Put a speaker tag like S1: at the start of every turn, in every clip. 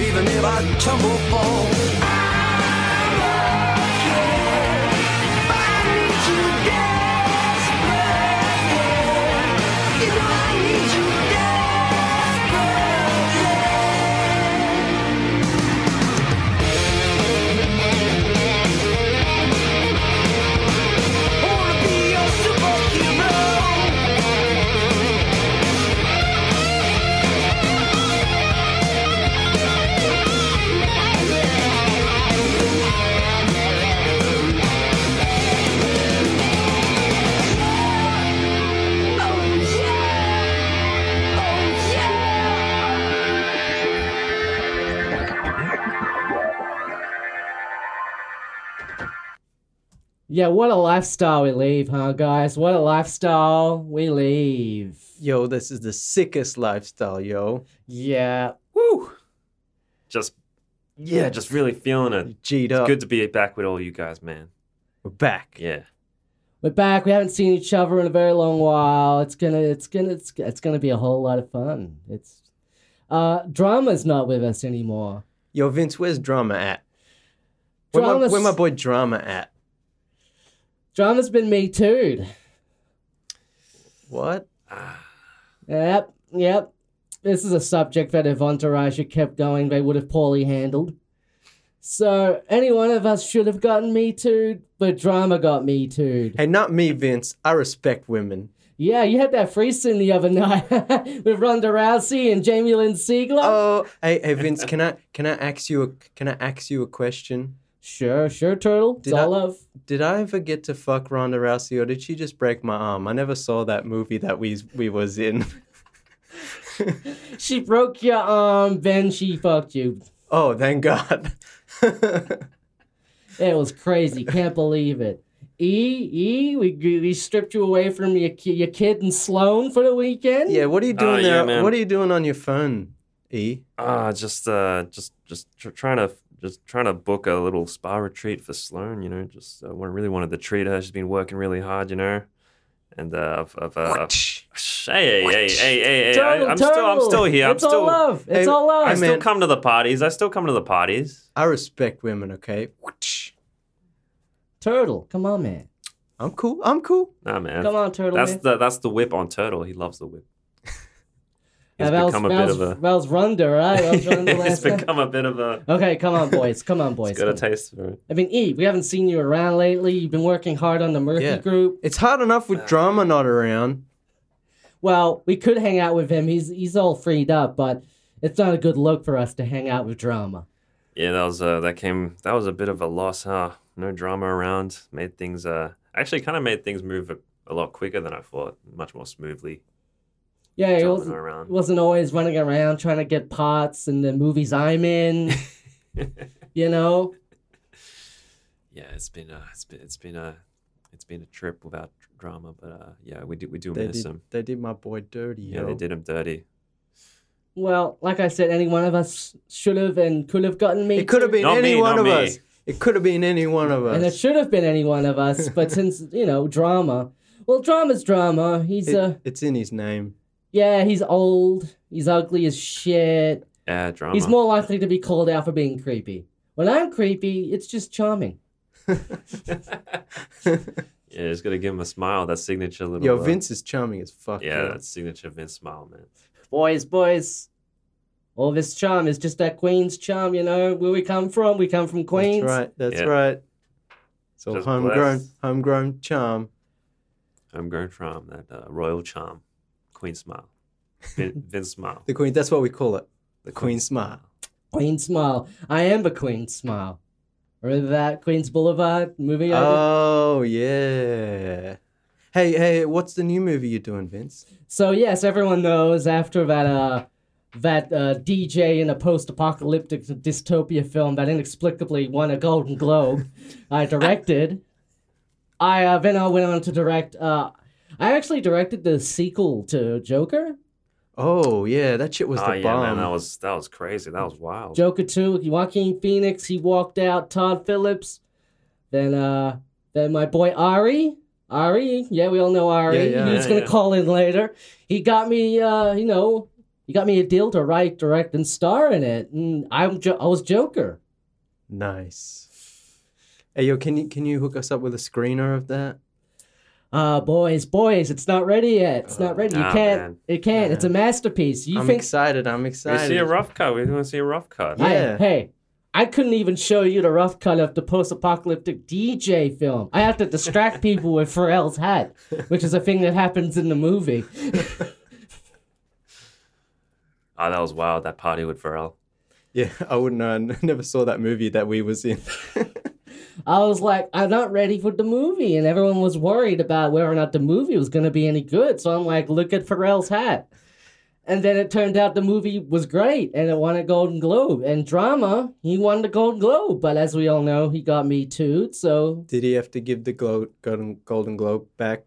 S1: even if I tumble fall. Wanna be your superhero. Oh,
S2: Yeah, what a lifestyle we leave, huh, guys? What a lifestyle we leave.
S3: Yo, this is the sickest lifestyle, yo.
S2: Yeah.
S3: Woo!
S4: Just, yeah, just really feeling it.
S3: G'd
S4: It's
S3: up.
S4: good to be back with all you guys, man.
S3: We're back.
S4: Yeah.
S2: We're back. We haven't seen each other in a very long while. It's gonna, it's gonna, it's, it's gonna be a whole lot of fun. It's, uh, drama's not with us anymore.
S3: Yo, Vince, where's drama at? Where my,
S2: Drama's-
S3: where my boy drama at?
S2: Drama's been me too.
S3: What?
S2: Yep, yep. This is a subject that if Entourage had kept going, they would have poorly handled. So any one of us should have gotten me too, but drama got me too.
S3: Hey, not me, Vince. I respect women.
S2: Yeah, you had that free scene the other night with Ronda Rousey and Jamie Lynn Siegler.
S3: Oh, hey, hey, Vince. Can I can I ask you a can I ask you a question?
S2: sure, sure, Turtle. It's
S3: Did I-
S2: all love.
S3: Did I ever get to fuck Ronda Rousey, or did she just break my arm? I never saw that movie that we we was in.
S2: She broke your arm, then she fucked you.
S3: Oh, thank God.
S2: It was crazy. Can't believe it. E E, we we stripped you away from your ki- your kid and Sloan for the weekend.
S3: yeah, what are you doing
S4: Ah, yeah,
S3: there?
S4: man.
S3: what are you doing on your phone, E?
S4: Ah, just, uh, just, just tr- trying to, just trying to book a little spa retreat for Sloan. You know, just uh, wa- really wanted to treat her. She's been working really hard, you know. And uh, I've, I've, uh, I've hey, hey, hey, hey, hey, hey, I,
S2: Turtle,
S4: I'm still, I'm
S2: turtle.
S4: still here. I'm
S2: It's all
S4: still,
S2: love. It's
S3: Hey,
S2: all
S4: I
S2: love.
S3: I'm-
S4: still
S3: man.
S4: come to the parties. I still come to the parties.
S3: I respect women, okay?
S2: Turtle, come on, man.
S3: I'm cool. I'm cool.
S4: Nah, man.
S2: Come on, Turtle.
S4: That's
S2: man.
S4: the that's the whip on Turtle. He loves the whip. He's
S2: Yeah, that was-
S4: become a
S2: that
S4: bit
S2: was-
S4: of a.
S2: that was Ronda, right? That was Ronda
S4: He's
S2: last time.
S4: become a bit of a.
S2: Okay, come on, boys. Come on,
S4: He's
S2: boys.
S4: got a
S2: Come on.
S4: taste for it.
S2: I mean, E, we haven't seen you around lately. You've been working hard on the Murphy
S3: Yeah.
S2: group.
S3: It's hard enough with drama not around.
S2: Well, we could hang out with him. He's he's all freed up, but it's not a good look for us to hang out with drama.
S4: Yeah, that was uh, that came that was a bit of a loss, huh? No drama around. Made things uh actually kind of made things move a, a lot quicker than I thought. Much more smoothly.
S2: Yeah, he
S4: Drama
S2: wasn't,
S4: around.
S2: wasn't always running around trying to get parts in the movies I'm in. you know,
S4: Yeah, it's been uh, it's been it's been a it's been a trip without dr- drama, but uh, yeah, we do we do
S3: They
S4: miss
S3: did,
S4: him.
S3: they did my boy dirty.
S4: Yeah,
S3: yo.
S4: they did him dirty.
S2: well, like I said, any one of us should have and could have gotten me.
S3: It could have
S2: too.
S3: been
S4: Not
S3: any
S4: me,
S3: one of
S4: not me.
S3: us. It could have been any one of us.
S2: and it should have been any one of us. But since you know drama, well, drama's drama. He's
S3: It-
S2: uh,
S3: it's in his name.
S2: yeah, he's old. He's ugly as shit.
S4: Yeah, drama.
S2: He's more likely to be called out for being creepy. When I'm creepy, it's just charming.
S4: Yeah, just gotta give him a smile. That signature little.
S3: Yo,
S4: uh,
S3: Vince is charming as fuck.
S4: Yeah,
S3: yo.
S4: that signature Vince smile, man.
S2: Boys, boys. All this charm is just that Queen's charm, you know, where we come from. We come from Queens.
S3: That's right. That's
S4: Yeah.
S3: right. So
S4: Just
S3: homegrown,
S4: blessed.
S3: homegrown charm.
S4: I'm going from that uh, royal charm, queen smile, Vin, Vince smile.
S3: The queen. That's what we call it. The queen smile.
S2: Queen smile. I am the Queen smile. Remember that Queens Boulevard movie? I did?
S3: Oh yeah. Hey, hey, what's the new movie you're doing, Vince?
S2: So yes, everyone knows after that uh that uh, DJ in a post-apocalyptic dystopia film that inexplicably won a Golden Globe, I directed. I uh, then I went on to direct. Uh, I actually directed the sequel to Joker,
S3: Oh yeah, that shit was
S4: Oh
S3: the
S4: yeah,
S3: bomb.
S4: man, that was that was crazy. That was wild.
S2: Joker Two. Joaquin Phoenix. He walked out. Todd Phillips. Then uh, then my boy Ari. Ari, yeah, we all know Ari.
S3: Yeah, yeah,
S2: He's
S4: yeah,
S2: gonna
S4: yeah.
S2: call in later. He got me, uh, you know, You got me a deal to write, direct, and star in it, and I'm jo- I was Joker.
S3: Nice. Hey, yo, can you can you hook us up with a screener of that?
S2: Uh boys, boys, it's not ready yet. It's
S3: Uh,
S2: not ready. You
S4: nah,
S2: can't.
S4: man.
S2: It can't. It's a masterpiece. You
S3: I'm
S2: think?
S3: excited. I'm
S4: We
S3: excited.
S4: see a rough cut. We want to see a rough cut.
S2: I-
S3: Yeah.
S2: hey, I couldn't even show you the rough cut of the post-apocalyptic DJ film. I had to distract people with Pharrell's hat, which is a thing that happens in the movie.
S4: Oh, that was wild. That party with Pharrell.
S3: yeah, I wouldn't know. I n- never saw that movie that we was in.
S2: I was like, I'm not ready for the movie, and everyone was worried about whether or not the movie was gonna be any good. So I'm like, look at Pharrell's hat. And then it turned out the movie was great and it won a Golden Globe. And drama, he won the Golden Globe. But as we all know, he got me too. So
S3: Did he have to give the Glo- Golden Golden Globe back?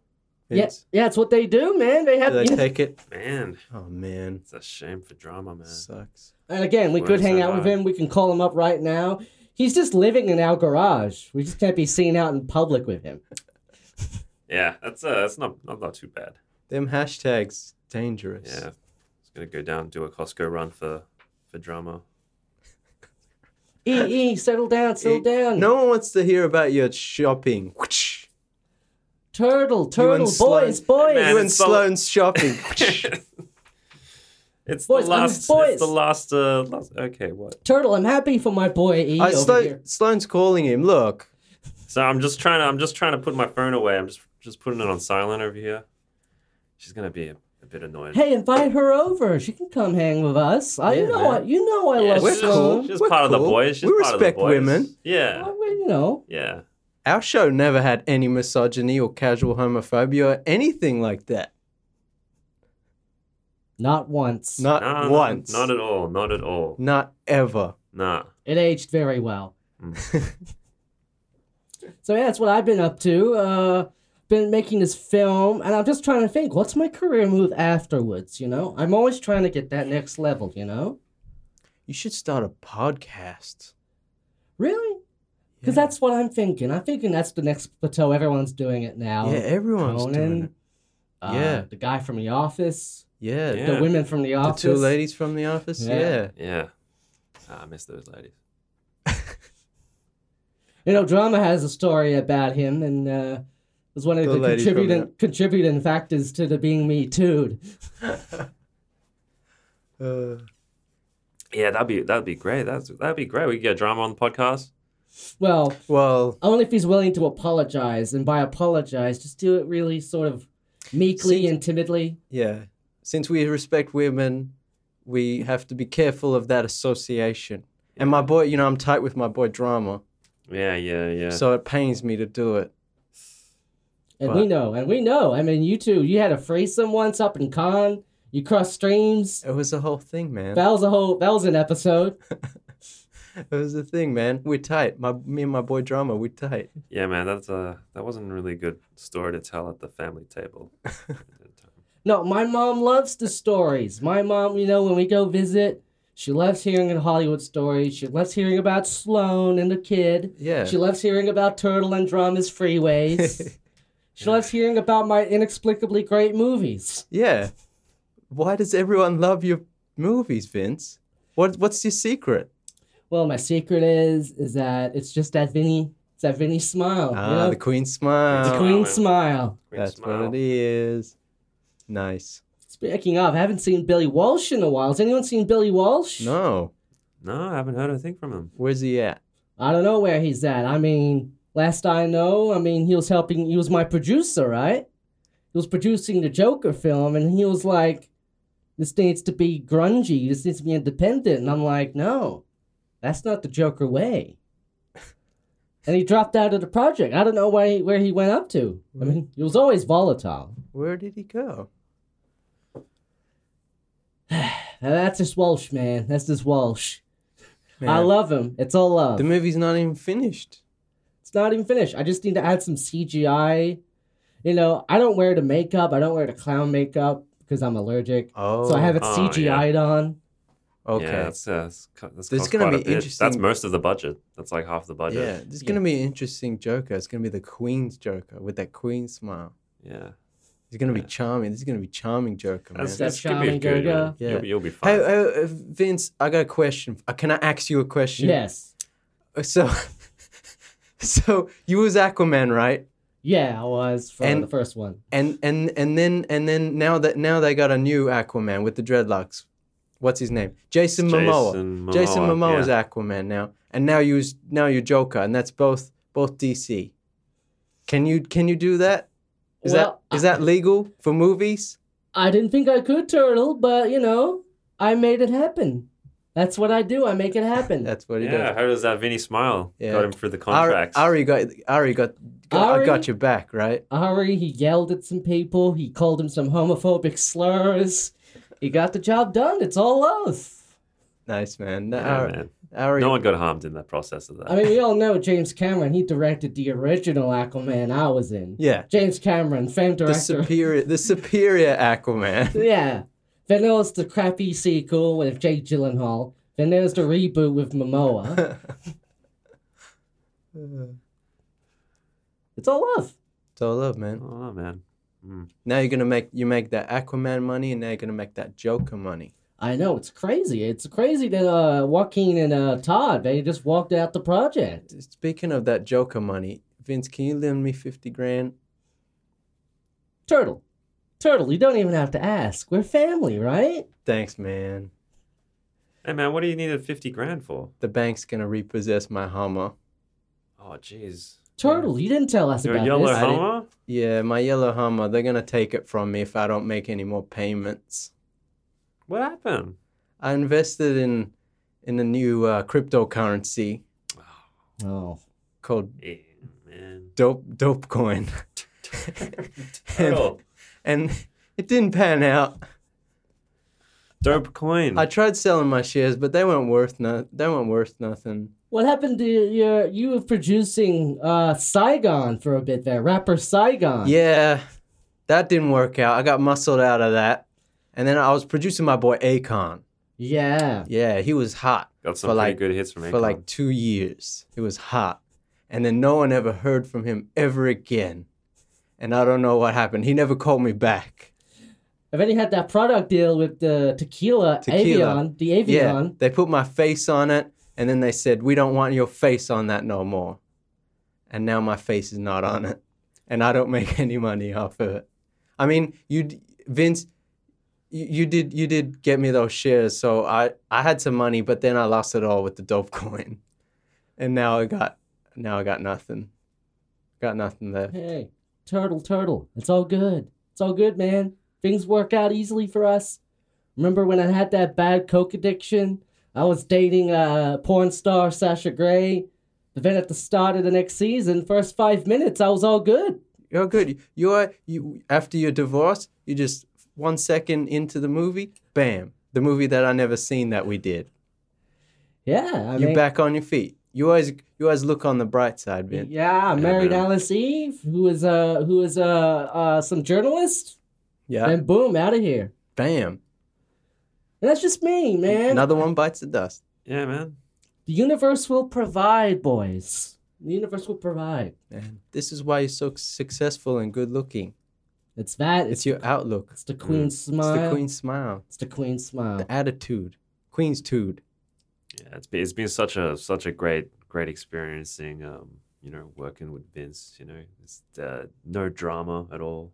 S2: Yeah,
S3: Vince?
S2: yeah, it's what they do, man. They have,
S3: Did
S2: yeah.
S3: they take it?
S4: Man,
S3: Oh man,
S4: it's a shame for drama, man.
S3: sucks.
S2: and again, we
S4: What
S2: could
S4: is
S2: hang
S4: that
S2: out with
S4: like?
S2: him. We can call him up right now. He's just living in our garage. We just can't be seen out in public with him.
S4: Yeah, that's uh, that's not, not not too bad.
S3: Them hashtags dangerous.
S4: Yeah, it's gonna go down, do a Costco run for for drama.
S2: E, E, settle down, settle down.
S3: No one wants to hear about your shopping. Whoosh.
S2: Turtle, turtle, boys,
S3: Sloan-
S2: boys.
S4: Man,
S3: you and
S4: it's so-
S3: Sloan's shopping. Uh,
S4: It's
S2: Boys,
S4: the
S2: I'm
S4: last.
S2: boys.
S4: It's the last. Uh, last. Okay, what?
S2: Turtle, I'm happy for my boy E
S3: I,
S2: over
S3: Slo-
S2: here.
S3: Sloan's calling him. Look,
S4: So I'm just trying to. I'm just trying to put my phone away. I'm just just putting it on silent over here. She's gonna be a, a bit annoyed.
S2: Hey, invite her over. She can come hang with us. I, you
S3: Yeah,
S2: know,
S3: man.
S2: I, you know, I
S4: Yeah,
S2: love
S3: we're
S4: she's,
S3: cool.
S2: Sloan.
S4: She's
S3: We're
S4: part of the
S3: cool.
S4: boys. She's
S3: We
S4: part of the
S3: respect
S4: boys.
S3: women.
S4: Yeah,
S2: Well, you know,
S4: yeah.
S3: our show never had any misogyny or casual homophobia or anything like that.
S2: not once.
S3: Not
S4: No, no,
S3: once.
S4: Not at all. Not at all.
S3: Not ever.
S4: Nah.
S2: It aged very well.
S3: Mm.
S2: so yeah, that's what I've been up to. Uh, been making this film, and I'm just trying to think, what's my career move afterwards? You know, I'm always trying to get that next level. You know,
S3: You should start a podcast.
S2: really, because
S3: Yeah.
S2: that's what I'm thinking. I'm thinking that's the next plateau. Everyone's doing it now.
S3: yeah, everyone's doing it.
S2: Conan, uh,
S3: Yeah.
S2: the guy from The Office,
S3: Yeah,
S4: Yeah.
S3: the-
S2: the women from The
S3: the
S2: Office,
S3: two ladies from the office.
S2: Yeah.
S3: Yeah.
S4: Yeah. Ah, I miss those ladies.
S2: You know, drama has a story about him, and uh, was one of
S3: The
S2: the,
S3: lady from
S2: contributing
S3: the-
S2: contributing factors to the being me tooed.
S3: Uh,
S4: Yeah, that'd be that'd be great. That's that'd be great. We could get drama on the podcast.
S2: Well,
S3: well,
S2: only if he's willing to apologize, and by apologize, just do it really sort of meekly and timidly.
S3: yeah. Since we respect women, we have to be careful of that association. And my boy, you know, I'm tight with my boy drama,
S4: Yeah, yeah, yeah.
S3: so it pains me to do it.
S2: And
S3: But-
S2: we know, and we know. I mean, you two, you had a threesome once up in con. You crossed streams.
S3: It was a whole thing, man.
S2: That was a whole. That was an episode.
S3: It was a thing, man. We're tight. My me and my boy drama, we're tight.
S4: yeah, man. That's uh, that wasn't a really good story to tell at the family table.
S2: No, my mom loves the stories. My mom, you know, when we go visit, she loves hearing the Hollywood stories. She loves hearing about Sloan and the kid.
S3: Yeah.
S2: She loves hearing about Turtle and Drama's freeways. she loves hearing about my inexplicably great movies.
S3: Yeah. Why does everyone love your movies, Vince? What what's your secret?
S2: Well, my secret is is that it's just that Vinny, it's that Vinny
S4: Oh,
S2: smile. you
S3: Ah,
S2: know?
S3: the queen smile.
S2: The
S4: smile,
S2: Queen
S4: man.
S2: smile.
S4: Queen
S3: That's
S4: smile.
S3: what it is. Nice.
S2: Speaking of, I haven't seen Billy Walsh in a while. Has anyone seen Billy Walsh?
S3: No.
S4: No, I haven't heard a thing from him.
S3: Where's he at?
S2: I don't know where he's at. I mean, last I know, I mean, he was helping, he was my producer, right? He was producing the Joker film, and he was like, this needs to be grungy, this needs to be independent. And I'm like, no, that's not the Joker way. And he dropped out of the project. I don't know where he, where he went up to. I
S3: Mm-hmm.
S2: mean, he was always volatile.
S3: Where did he go?
S2: And that's just Walsh, man. That's just Walsh. I
S3: Man,
S2: love him. It's all love.
S3: the movie's not even finished.
S2: It's not even finished. I just need to add some CGI. You know, I don't wear the makeup. I don't wear the clown makeup because I'm allergic.
S3: Oh.
S2: so I have it
S4: Oh,
S2: CG'd on.
S3: Okay.
S4: Yeah, that's, uh, that's, co- that's
S3: There's
S4: cost
S3: gonna
S4: quite a
S3: be
S4: bit. That's
S3: interesting-
S4: most of the budget. That's like half the
S3: Yeah,
S4: budget.
S3: this is gonna be an interesting Joker. It's gonna be the Queen's Joker with that Queen smile.
S4: Yeah.
S3: He's gonna be charming. This is gonna be charming, Joker, man.
S4: That's,
S2: that
S4: that's gonna
S2: charming
S4: be good.
S2: Gogo?
S4: man. You'll,
S3: Yeah.
S4: be, you'll be fine.
S3: Hey, uh, Vince, I got a question. Uh, Can I ask you a question?
S2: Yes.
S3: So, so you was Aquaman, right?
S2: Yeah, I was from
S3: And-
S2: the first one.
S3: And and and then and then now that now they got a new Aquaman with the dreadlocks. What's his name? Jason Momoa.
S4: Jason Momoa.
S3: Jason Momoa is
S4: yeah.
S3: Aquaman now, and now you s- now you're Joker, and that's both both DC. Can you can you do that? Is
S2: Well,
S3: that is that legal for movies?
S2: I didn't think I could turtle, but you know, I made it happen. That's what I do. I make it happen.
S3: That's what he
S4: Yeah,
S3: does.
S4: how does that Vinny smile?
S3: Yeah.
S4: Got him through the
S3: Ari,
S4: contracts.
S3: Ari got Ari got, got I
S2: Ari?
S3: got your back, right?
S2: Ari, he yelled at some people. He called him some homophobic slurs. He got the job done. It's all love.
S3: Nice man. No,
S4: Yeah,
S3: Ari,
S4: man.
S3: Ari,
S4: No one got harmed in that process of that.
S2: I mean, we all know James Cameron. He directed the original Aquaman I was in.
S3: yeah,
S2: James Cameron, famed
S3: the
S2: director.
S3: superior the superior Aquaman.
S2: yeah. Then there was the crappy sequel with Jake Gyllenhaal. Then there's the reboot with Momoa. it's all love.
S3: It's all love, man.
S4: oh man,
S3: Now you're gonna make you make that Aquaman money, and now you're gonna make that Joker money.
S2: I know it's crazy. It's crazy that uh, Joaquin and uh, Todd they just walked out the project.
S3: Speaking of that Joker money, Vince, can you lend me fifty grand?
S2: Turtle, turtle, you don't even have to ask. We're family, right?
S3: Thanks, man.
S4: hey man, what do you need a fifty grand for?
S3: the bank's gonna repossess my Hummer.
S4: Oh jeez,
S2: Turtle, you didn't tell us
S4: you're a
S2: about
S4: yellow
S2: this.
S3: I didn't-
S4: Hummer.
S3: Yeah, my yellow Hummer. They're gonna take it from me if I don't make any more payments.
S4: What happened?
S3: I invested in in a new uh, cryptocurrency
S2: oh,
S3: called
S4: Yeah, man.
S3: Dope Dopecoin,
S4: Turtle.
S3: and it didn't pan out.
S4: Dope coin.
S3: I tried selling my shares, but they weren't worth no. They weren't worth nothing.
S2: what happened to your you were producing uh, Saigon for a bit there, rapper Saigon?
S3: Yeah, that didn't work out. I got muscled out of that, and then I was producing my boy Akon.
S2: yeah.
S3: Yeah, he was hot.
S4: Got some
S3: for
S4: pretty
S3: like-
S4: good hits from Akon.
S3: for like two years. It was hot. And then no one ever heard from him ever again. And I don't know what happened. He never called me back.
S2: And then you had that product deal with the tequila,
S3: Tequila.
S2: Avion, the
S3: Yeah.
S2: Avion.
S3: They put my face on it and then they said, We don't want your face on that no more. And now my face is not on it. And I don't make any money off of it. I mean, you d- Vince you, you did you did get me those shares, so I, I had some money, but then I lost it all with the dope coin. And now I got now I got nothing. Got nothing left.
S2: Hey, turtle, turtle, it's all good. It's all good, man. Things work out easily for us. Remember when I had that bad coke addiction? I was dating uh, porn star Sasha Grey. But then at the start of the next season, first five minutes, I was all good.
S3: You're good. You are you after your divorce, you just one second into the movie, bam. The movie that I never seen that we did.
S2: Yeah, I
S3: You're
S2: mean,
S3: back on your feet. You always you always look on the bright side, Vince.
S2: yeah, I married
S4: man.
S2: Alice Eve, who is uh, who is uh, uh, some journalist.
S3: Yeah.
S2: And boom, out of here.
S3: Bam.
S2: And that's just me, man.
S3: Another one bites the dust.
S4: yeah, man.
S2: The universe will provide, boys. The universe will provide.
S3: Man, this is why you're so successful and good looking.
S2: It's that.
S3: It's your outlook.
S2: It's the
S4: Mm,
S2: queen's smile.
S3: It's the queen's smile.
S2: smile.
S3: The attitude. Queen's tude.
S4: Yeah, it's been it's been such a such a great great experiencing. Um, you know, working with Vince. You know, it's uh, no drama at all.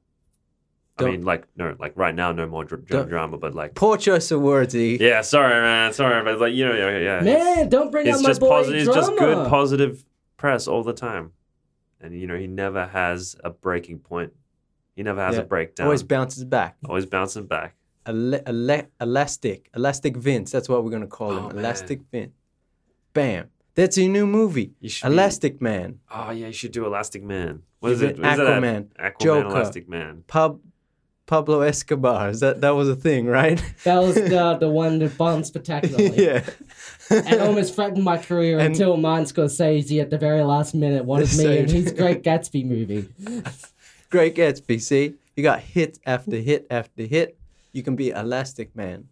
S4: I
S3: Don't-
S4: mean, like no, like right now, no more dr- dr-
S3: Don't-
S4: drama. But like,
S3: Poor choice of words, E.
S4: yeah, sorry, man, sorry, but like, you know, yeah, yeah. it's-
S2: Man, don't bring
S4: it's
S2: out my
S4: just
S2: boy
S4: positive. It's just good
S2: drama.
S4: positive press all the time, and you know, he never has a breaking point. He never has
S3: Yeah.
S4: a breakdown.
S3: Always
S4: Always,
S3: bounces back.
S4: bouncing back.
S3: Ele- ele- elastic, elastic Vince. That's what we're gonna call him.
S4: Oh, man.
S3: Elastic Vince. Bam. That's your new movie.
S4: You should be-
S3: Elastic Man.
S4: Oh yeah, you should do Elastic Man. What
S3: You
S4: is
S3: did
S4: it? What is it? That-
S3: Aquaman,
S4: Aquaman,
S3: Joker.
S4: Elastic Man.
S3: Pub- Pablo Escobar. Is that that was a thing, right?
S2: That was the, the one that bombed spectacularly.
S3: yeah.
S2: And almost threatened my career
S3: And-
S2: until Martin Scorsese at the very last minute wanted me in
S3: Saved.
S2: his Great Gatsby movie.
S3: Great Gatsby. See, you got hit after hit after hit. You can be Elastic Man.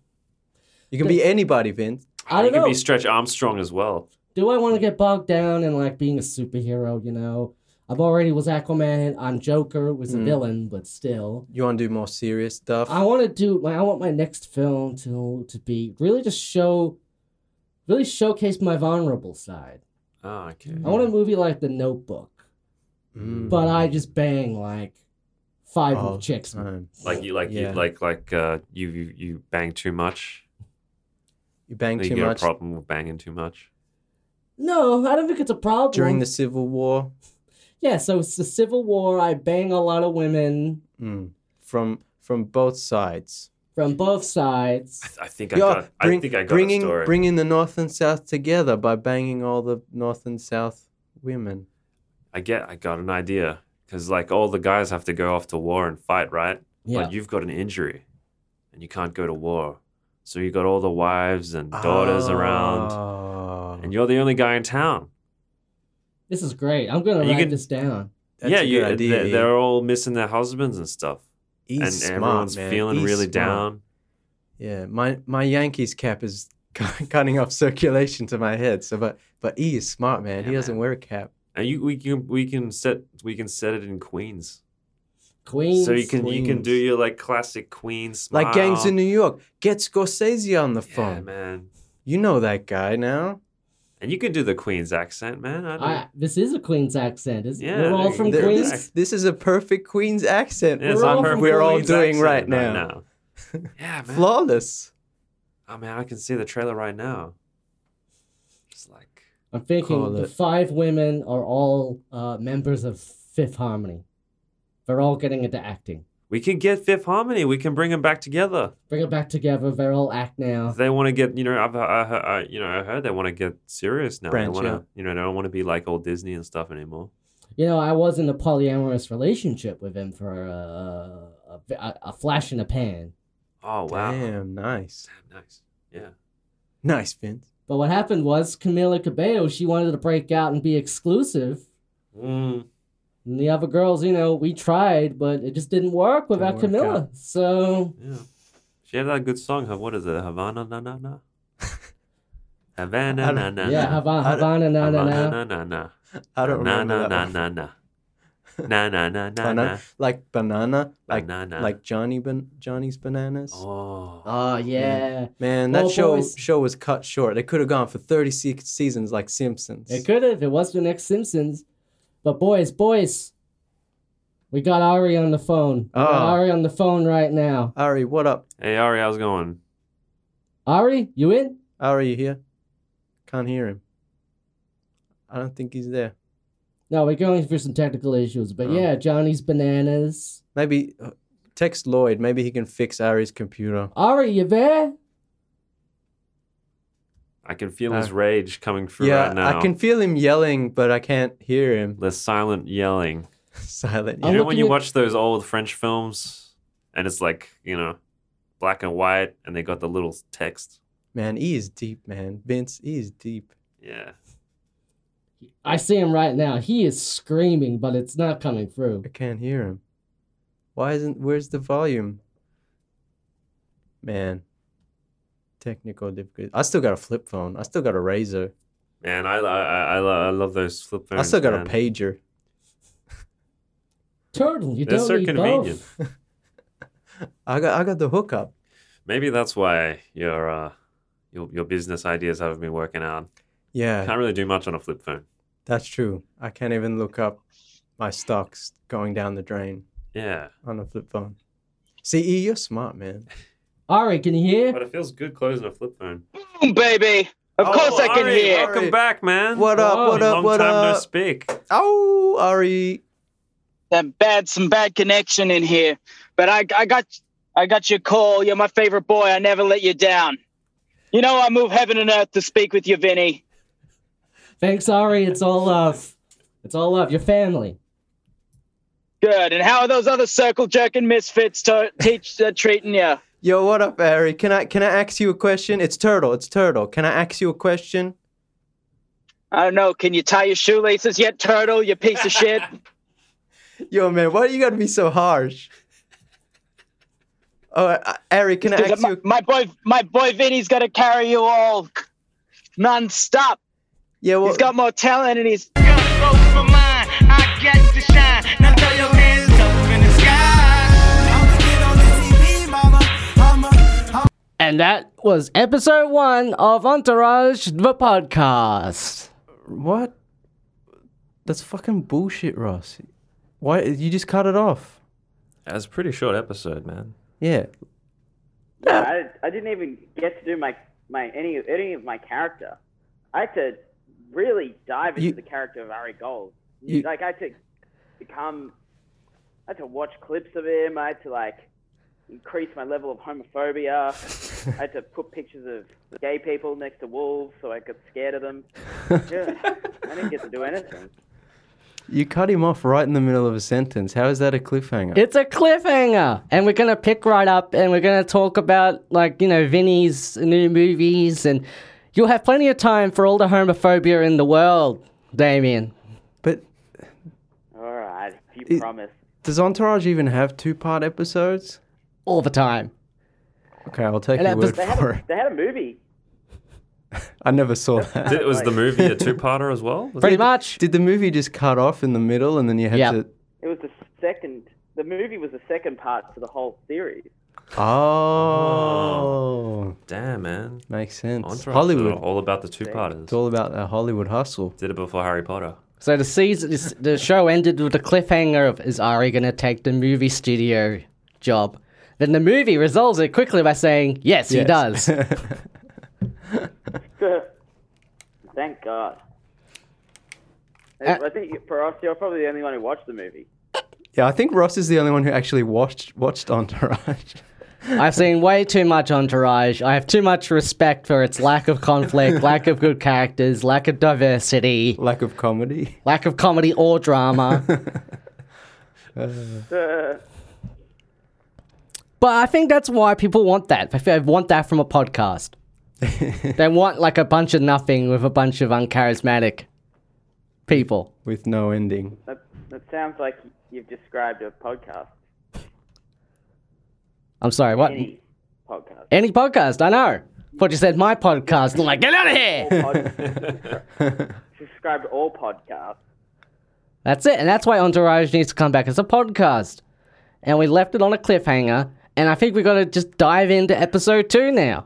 S3: You can be anybody, Vince.
S2: I don't
S4: you
S2: know.
S4: can be Stretch Armstrong as well.
S2: Do I want to get bogged down in like being a superhero, you know? I I've already was Aquaman. I'm Joker was
S4: Mm.
S2: a villain, but still.
S3: You want to do more serious stuff?
S2: I want to do. my- I want my next film to to be really just show, really showcase my vulnerable side.
S4: Ah, okay.
S3: Oh,
S2: I want a movie like The Notebook,
S3: Mm.
S2: but I just bang like five
S4: Oh,
S3: All the
S2: chicks.
S4: uh-huh.
S3: time.
S4: Like you, like
S3: Yeah.
S4: you, like like uh, you, you, you bang too much.
S3: You bang
S4: you
S3: too
S4: get
S3: much
S4: a problem with banging too much.
S2: No, I don't think it's a problem.
S3: during the Civil War.
S2: yeah, so it's the Civil War. I bang a lot of women
S3: Mm. From from both sides.
S2: from both
S4: I,
S2: sides.
S4: th- I think I
S3: Yeah,
S4: got. I
S3: bring-
S4: think I got
S3: bringing,
S4: a story.
S3: Bringing the North and South together by banging all the North and South women.
S4: I get. I got an idea because like all the guys have to go off to war and fight, right?
S2: Yeah,
S4: But you've got an injury, and you can't go to war. So you got all the wives and daughters
S3: Ah.
S4: around,
S3: around.
S4: and you're the only guy in town.
S2: this is great. I'm gonna
S4: You
S2: write
S4: could-
S2: this down.
S4: yeah, you, They're, they're all missing their husbands and stuff,
S3: He's
S4: and
S3: smart,
S4: everyone's
S3: man.
S4: feeling
S3: He's
S4: really
S3: smart.
S4: down.
S3: Yeah, my my Yankees cap is cu- cutting off circulation to my head. So, but but he is smart, man.
S4: Yeah,
S3: he doesn't
S4: man.
S3: wear a cap.
S4: And you, we can, we can set, we can set it in Queens.
S2: Queens.
S4: so you can you can do
S3: Queens.
S4: your like classic Queen smile.
S3: Like gangs in New York. Get Scorsese on the
S4: yeah,
S3: phone.
S4: man.
S3: You know that guy now.
S4: And you can do the Queen's accent, man. I don't,
S2: I, this is a Queen's accent. Is
S4: Yeah,
S2: we're all
S4: they-
S2: from
S4: they're-
S2: Queens.
S3: This, this is a perfect Queen's accent.
S4: Yeah, it's
S2: we're
S4: a
S2: all
S4: perfect
S3: we're all
S4: Queen's
S3: doing
S4: accent
S3: right now.
S4: now. yeah, man.
S3: Flawless.
S4: oh man, I can see the trailer right now. Just like
S2: I'm thinking
S3: Call
S2: the
S3: it.
S2: five women are all uh, members of Fifth Harmony. They're all getting into acting.
S4: we can get Fifth Harmony. We can bring them back together.
S2: Bring it back together. They're all act now.
S3: Uh.
S4: If They want to get you know I've I, I, I- you know I heard they want to get serious now.
S3: Branch
S4: they want
S3: out.
S4: to you know they don't want to be like old Disney and stuff anymore.
S2: You know, I was in a polyamorous relationship with him for uh, a, a, a flash in the pan.
S4: Oh wow, Damn,
S3: Damn, nice.
S4: nice. Yeah,
S3: Nice, Vince.
S2: But what happened was Camila Cabello, she wanted to break out and be exclusive.
S4: Mm.
S2: And the other girls, you know, we tried, but it just didn't work without
S3: Didn't work
S2: Camila. So
S4: Yeah. She had that good song. huh? What is it? Havana na na na. Havana na na.
S2: yeah,
S4: na.
S2: Havana,
S3: I don't-
S2: Havana, na na
S4: Havana
S2: na.
S4: na na na.
S3: I don't
S4: na
S3: remember
S4: na
S3: that
S4: na
S3: one.
S4: na na. Na na na na na.
S3: Banana, like banana, like
S4: Banana.
S3: like Johnny ban- Johnny's bananas.
S4: Oh.
S2: Oh yeah,
S3: Man, that
S2: Well,
S3: show
S2: boys-
S3: show was cut short. They could have gone for 30 se- seasons like Simpsons.
S2: it could have. It was the next Simpsons. But boys, boys, we got Ari on the phone. We got
S4: Ah.
S3: Oh.
S2: Ari on the phone right now.
S3: Ari, what up?
S4: Hey Ari, how's it going?
S2: Ari, you in?
S3: Ari, you here? Can't hear him. I don't think he's there.
S2: No, we're going through some technical issues. But
S4: Oh.
S2: yeah, Johnny's bananas.
S3: Maybe uh, text Lloyd. Maybe he can fix Ari's computer.
S2: Ari, you there?
S4: I can feel his
S3: Uh,
S4: rage coming through
S3: yeah,
S4: right now.
S3: I can feel him yelling, but I can't hear him.
S4: the silent yelling.
S3: Silent.
S4: You
S2: I'm
S4: know when
S2: looking
S4: you
S2: at-
S4: watch those old French films and it's like, you know, black and white and they got the little text.
S3: Man, he is deep, man. Vince, he is deep.
S4: Yeah.
S2: I see him right now. He is screaming, but it's not coming through.
S3: I can't hear him. Why isn't where's the volume? Man. Technical difficulty. I still got a flip phone. I still got a razor.
S4: Man, I I I, I, lo- I love those flip phones.
S3: I still got
S4: man.
S3: a pager.
S2: Turtle, you
S4: They're
S2: don't
S4: so
S2: need
S4: convenient.
S2: both.
S3: I got I got the hookup.
S4: Maybe that's why your uh your your business ideas haven't been working out.
S3: Yeah,
S4: Can't really do much on a flip phone.
S3: that's true. I can't even look up my stocks going down the drain
S4: Yeah.
S3: on a flip phone. See, E, you're smart, man.
S2: Ari, can you hear?
S4: But it feels good closing a flip phone.
S5: Boom, baby. Of course I can
S4: Oh, Ari,
S5: hear.
S4: Welcome
S3: Ari.
S4: back, man.
S3: What
S2: Wow.
S3: up? What
S4: Long
S3: up? What
S4: time no
S3: up?
S4: speak.
S3: Oh, Ari.
S5: That bad, some bad connection in here. But I, I got, I got your call. You're my favorite boy. I never let you down. You know I move heaven and earth to speak with you, Vinny.
S2: Thanks, Ari. It's all love. It's all love. Your family.
S5: Good. And how are those other circle jerking misfits to, teach uh, treating you?
S3: Yo, what up, Ari? Can I can I ask you a question? It's Turtle. It's Turtle. Can I ask you a question?
S5: I don't know. Can you tie your shoelaces yet, turtle? You piece of shit.
S3: Yo, man, why you gotta be so harsh? Oh, uh, Ari, can I ask
S5: my,
S3: you?
S5: my boy, my boy Vinny's gonna carry you all non-stop.
S3: Yeah, well,
S5: He's got more talent, and he's
S6: gun goes for mine. I yet to shine. Now throw your hands up in the sky.
S1: I'ma get on the TV, mama. I'ma, I'ma
S2: And that was episode one of Entourage the podcast.
S3: What? That's fucking bullshit, Ross. Why you just cut it off?
S4: That was a pretty short episode, man.
S3: Yeah.
S7: I, I didn't even get to do my, my any any of my character. I had to really dive into
S3: You-
S7: the character of Ari Gold.
S3: You-
S7: like I had to become, I had to watch clips of him. I had to like increase my level of homophobia. I had to put pictures of gay people next to wolves so I got scared of them. Yeah, I didn't get to do anything.
S3: You cut him off right in the middle of a sentence. How is that a cliffhanger?
S2: It's a cliffhanger. And we're going to pick right up and we're going to talk about, like, you know, Vinny's new movies. And you'll have plenty of time for all the homophobia in the world, Damien.
S3: but
S7: All right, if you
S3: It-
S7: promise.
S3: does Entourage even have two part episodes?
S2: All the time.
S3: Okay, I'll take
S2: And
S3: your
S2: that
S3: word
S2: was-
S7: They had,
S3: for
S7: a,
S3: it.
S7: they had a movie.
S3: I never saw that.
S4: Did, was the movie a two-parter as well? Was
S2: Pretty
S4: it-
S2: much.
S3: Did the movie just cut off in the middle and then you had
S2: Yeah.
S3: to
S7: It was the second. The movie was the second part to the whole series.
S3: Oh,
S4: Damn, man.
S3: makes sense.
S4: Entourage Hollywood.
S3: Hollywood.
S4: all about the
S3: It's
S4: two-parters.
S3: all about that Hollywood hustle.
S4: Did it before Harry Potter.
S2: So the season, this- the show ended with a cliffhanger of is Ari going to take the movie studio job? Then the movie resolves it quickly by saying, yes, he
S3: Yes.
S2: does.
S7: Thank God.
S2: Uh,
S7: I think for us, you're probably the only one who watched the movie.
S3: Yeah, I think Ross is the only one who actually watched watched Entourage.
S2: I've seen way too much Entourage. I have too much respect for its lack of conflict, lack of good characters, lack of diversity,
S3: Lack of comedy.
S2: lack of comedy or drama.
S7: Uh,
S2: but I think that's why people want that. They feel- want that from a podcast. they want like a bunch of nothing with a bunch of uncharismatic people.
S3: with no ending.
S7: that, that sounds like you've described a podcast.
S2: I'm sorry, what?
S7: Any podcast.
S2: Any podcast, I know. But you said my podcast. I'm like, get out of here.
S7: Pod, described all podcasts.
S2: That's it. And that's why Entourage needs to come back as a podcast. And we left it on a cliffhanger. And I think we got to just dive into episode two now.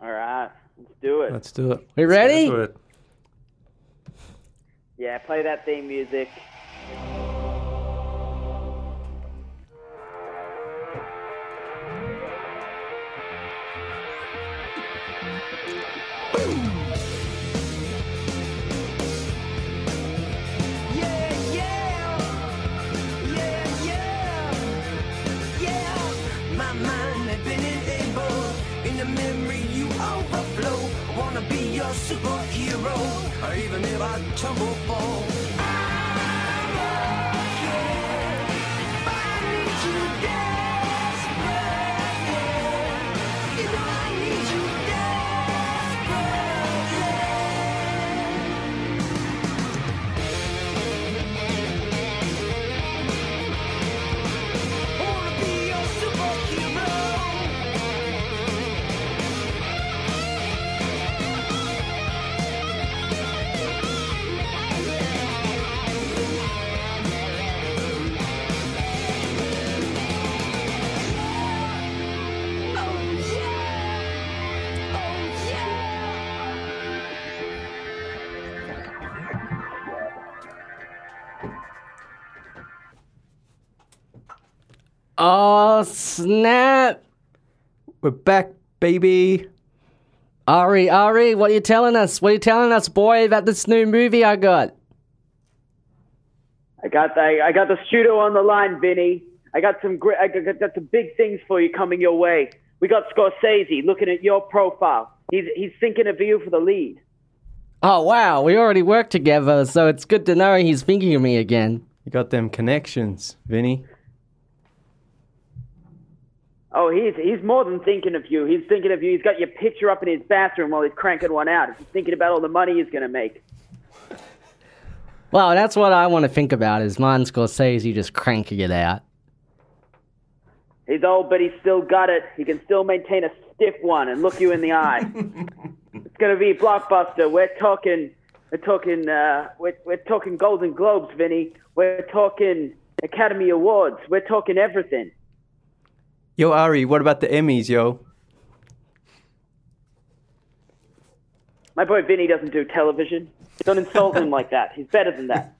S7: All right, let's do it.
S3: Let's do it.
S2: We ready?
S4: That's what-
S7: Yeah, play that theme music.
S1: Yeah, yeah, yeah, yeah, yeah. My mind had been enabled in the memory you overflow. I wanna be your superhero, or even if I tumble fall. I need you desperately. wanna be your superhero. Oh yeah, oh yeah.
S2: Oh, snap.
S3: We're back, baby.
S2: Ari, Ari, what are you telling us? What are you telling us, boy, about this new movie I got?
S7: I got the, I got the studio on the line, Vinny. I got some great, I got, got some big things for you coming your way. We got Scorsese looking at your profile. He's he's thinking of you for the lead.
S2: Oh, wow. We already worked together. So it's good to know he's thinking of me again.
S3: You got them connections, Vinny.
S7: Oh, he's he's more than thinking of you. He's thinking of you. He's got your picture up in his bathroom while he's cranking one out. He's thinking about all the money he's gonna make.
S2: Well, that's what I want to think about is Martin Scorsese just cranking it out.
S7: He's old, but he's still got it. He can still maintain a stiff one and look you in the eye. it's gonna be a blockbuster. We're talking We're talking, uh, we're, we're talking Golden Globes, Vinny. We're talking Academy Awards. We're talking everything.
S3: Yo, Ari, what about the Emmys, yo?
S7: My boy Vinny doesn't do television. Don't insult him like that. He's better than that.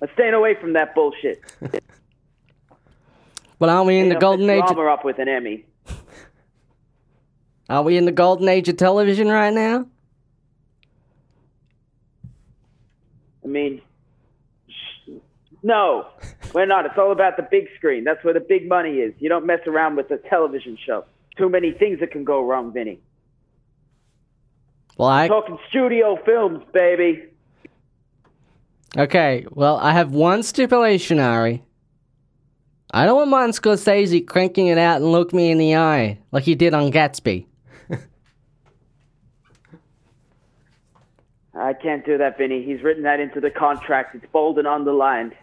S7: I'm staying away from that bullshit.
S2: But are we in the
S7: Enough
S2: golden
S7: to
S2: age?
S7: drama up with an Emmy.
S2: Are we in the golden age of television right now?
S7: I mean, sh- no, we're not. It's all about the big screen. That's where the big money is. You don't mess around with a television show. Too many things that can go wrong, Vinny.
S2: Well, I
S7: Talking studio films, baby.
S2: okay. Well, I have one stipulation, Ari. I don't want Martin Scorsese cranking it out and look me in the eye like he did on Gatsby.
S7: I can't do that, Vinny. He's written that into the contract. It's bold and underlined.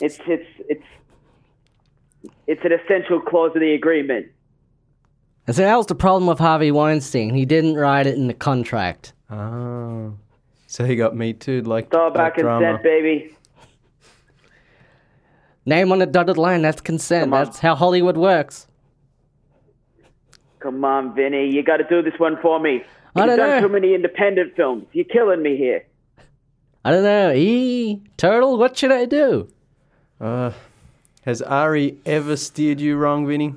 S7: It's it's it's it's an essential clause of the agreement.
S2: And so that was the problem with Harvey Weinstein. He didn't write it in the contract.
S3: Oh. So he got me too, like
S7: It's all
S3: that
S7: about
S3: drama.
S7: consent, baby.
S2: Name on the dotted line. That's consent.
S7: Come on.
S2: That's how Hollywood works.
S7: Come on, Vinny. You got to do this one for me.
S2: I
S7: You've
S2: don't
S7: done
S2: know.
S7: too many independent films. You're killing me here.
S2: I don't know. E turtle. What should I do?
S3: Uh, has Ari ever steered you wrong, Vinny?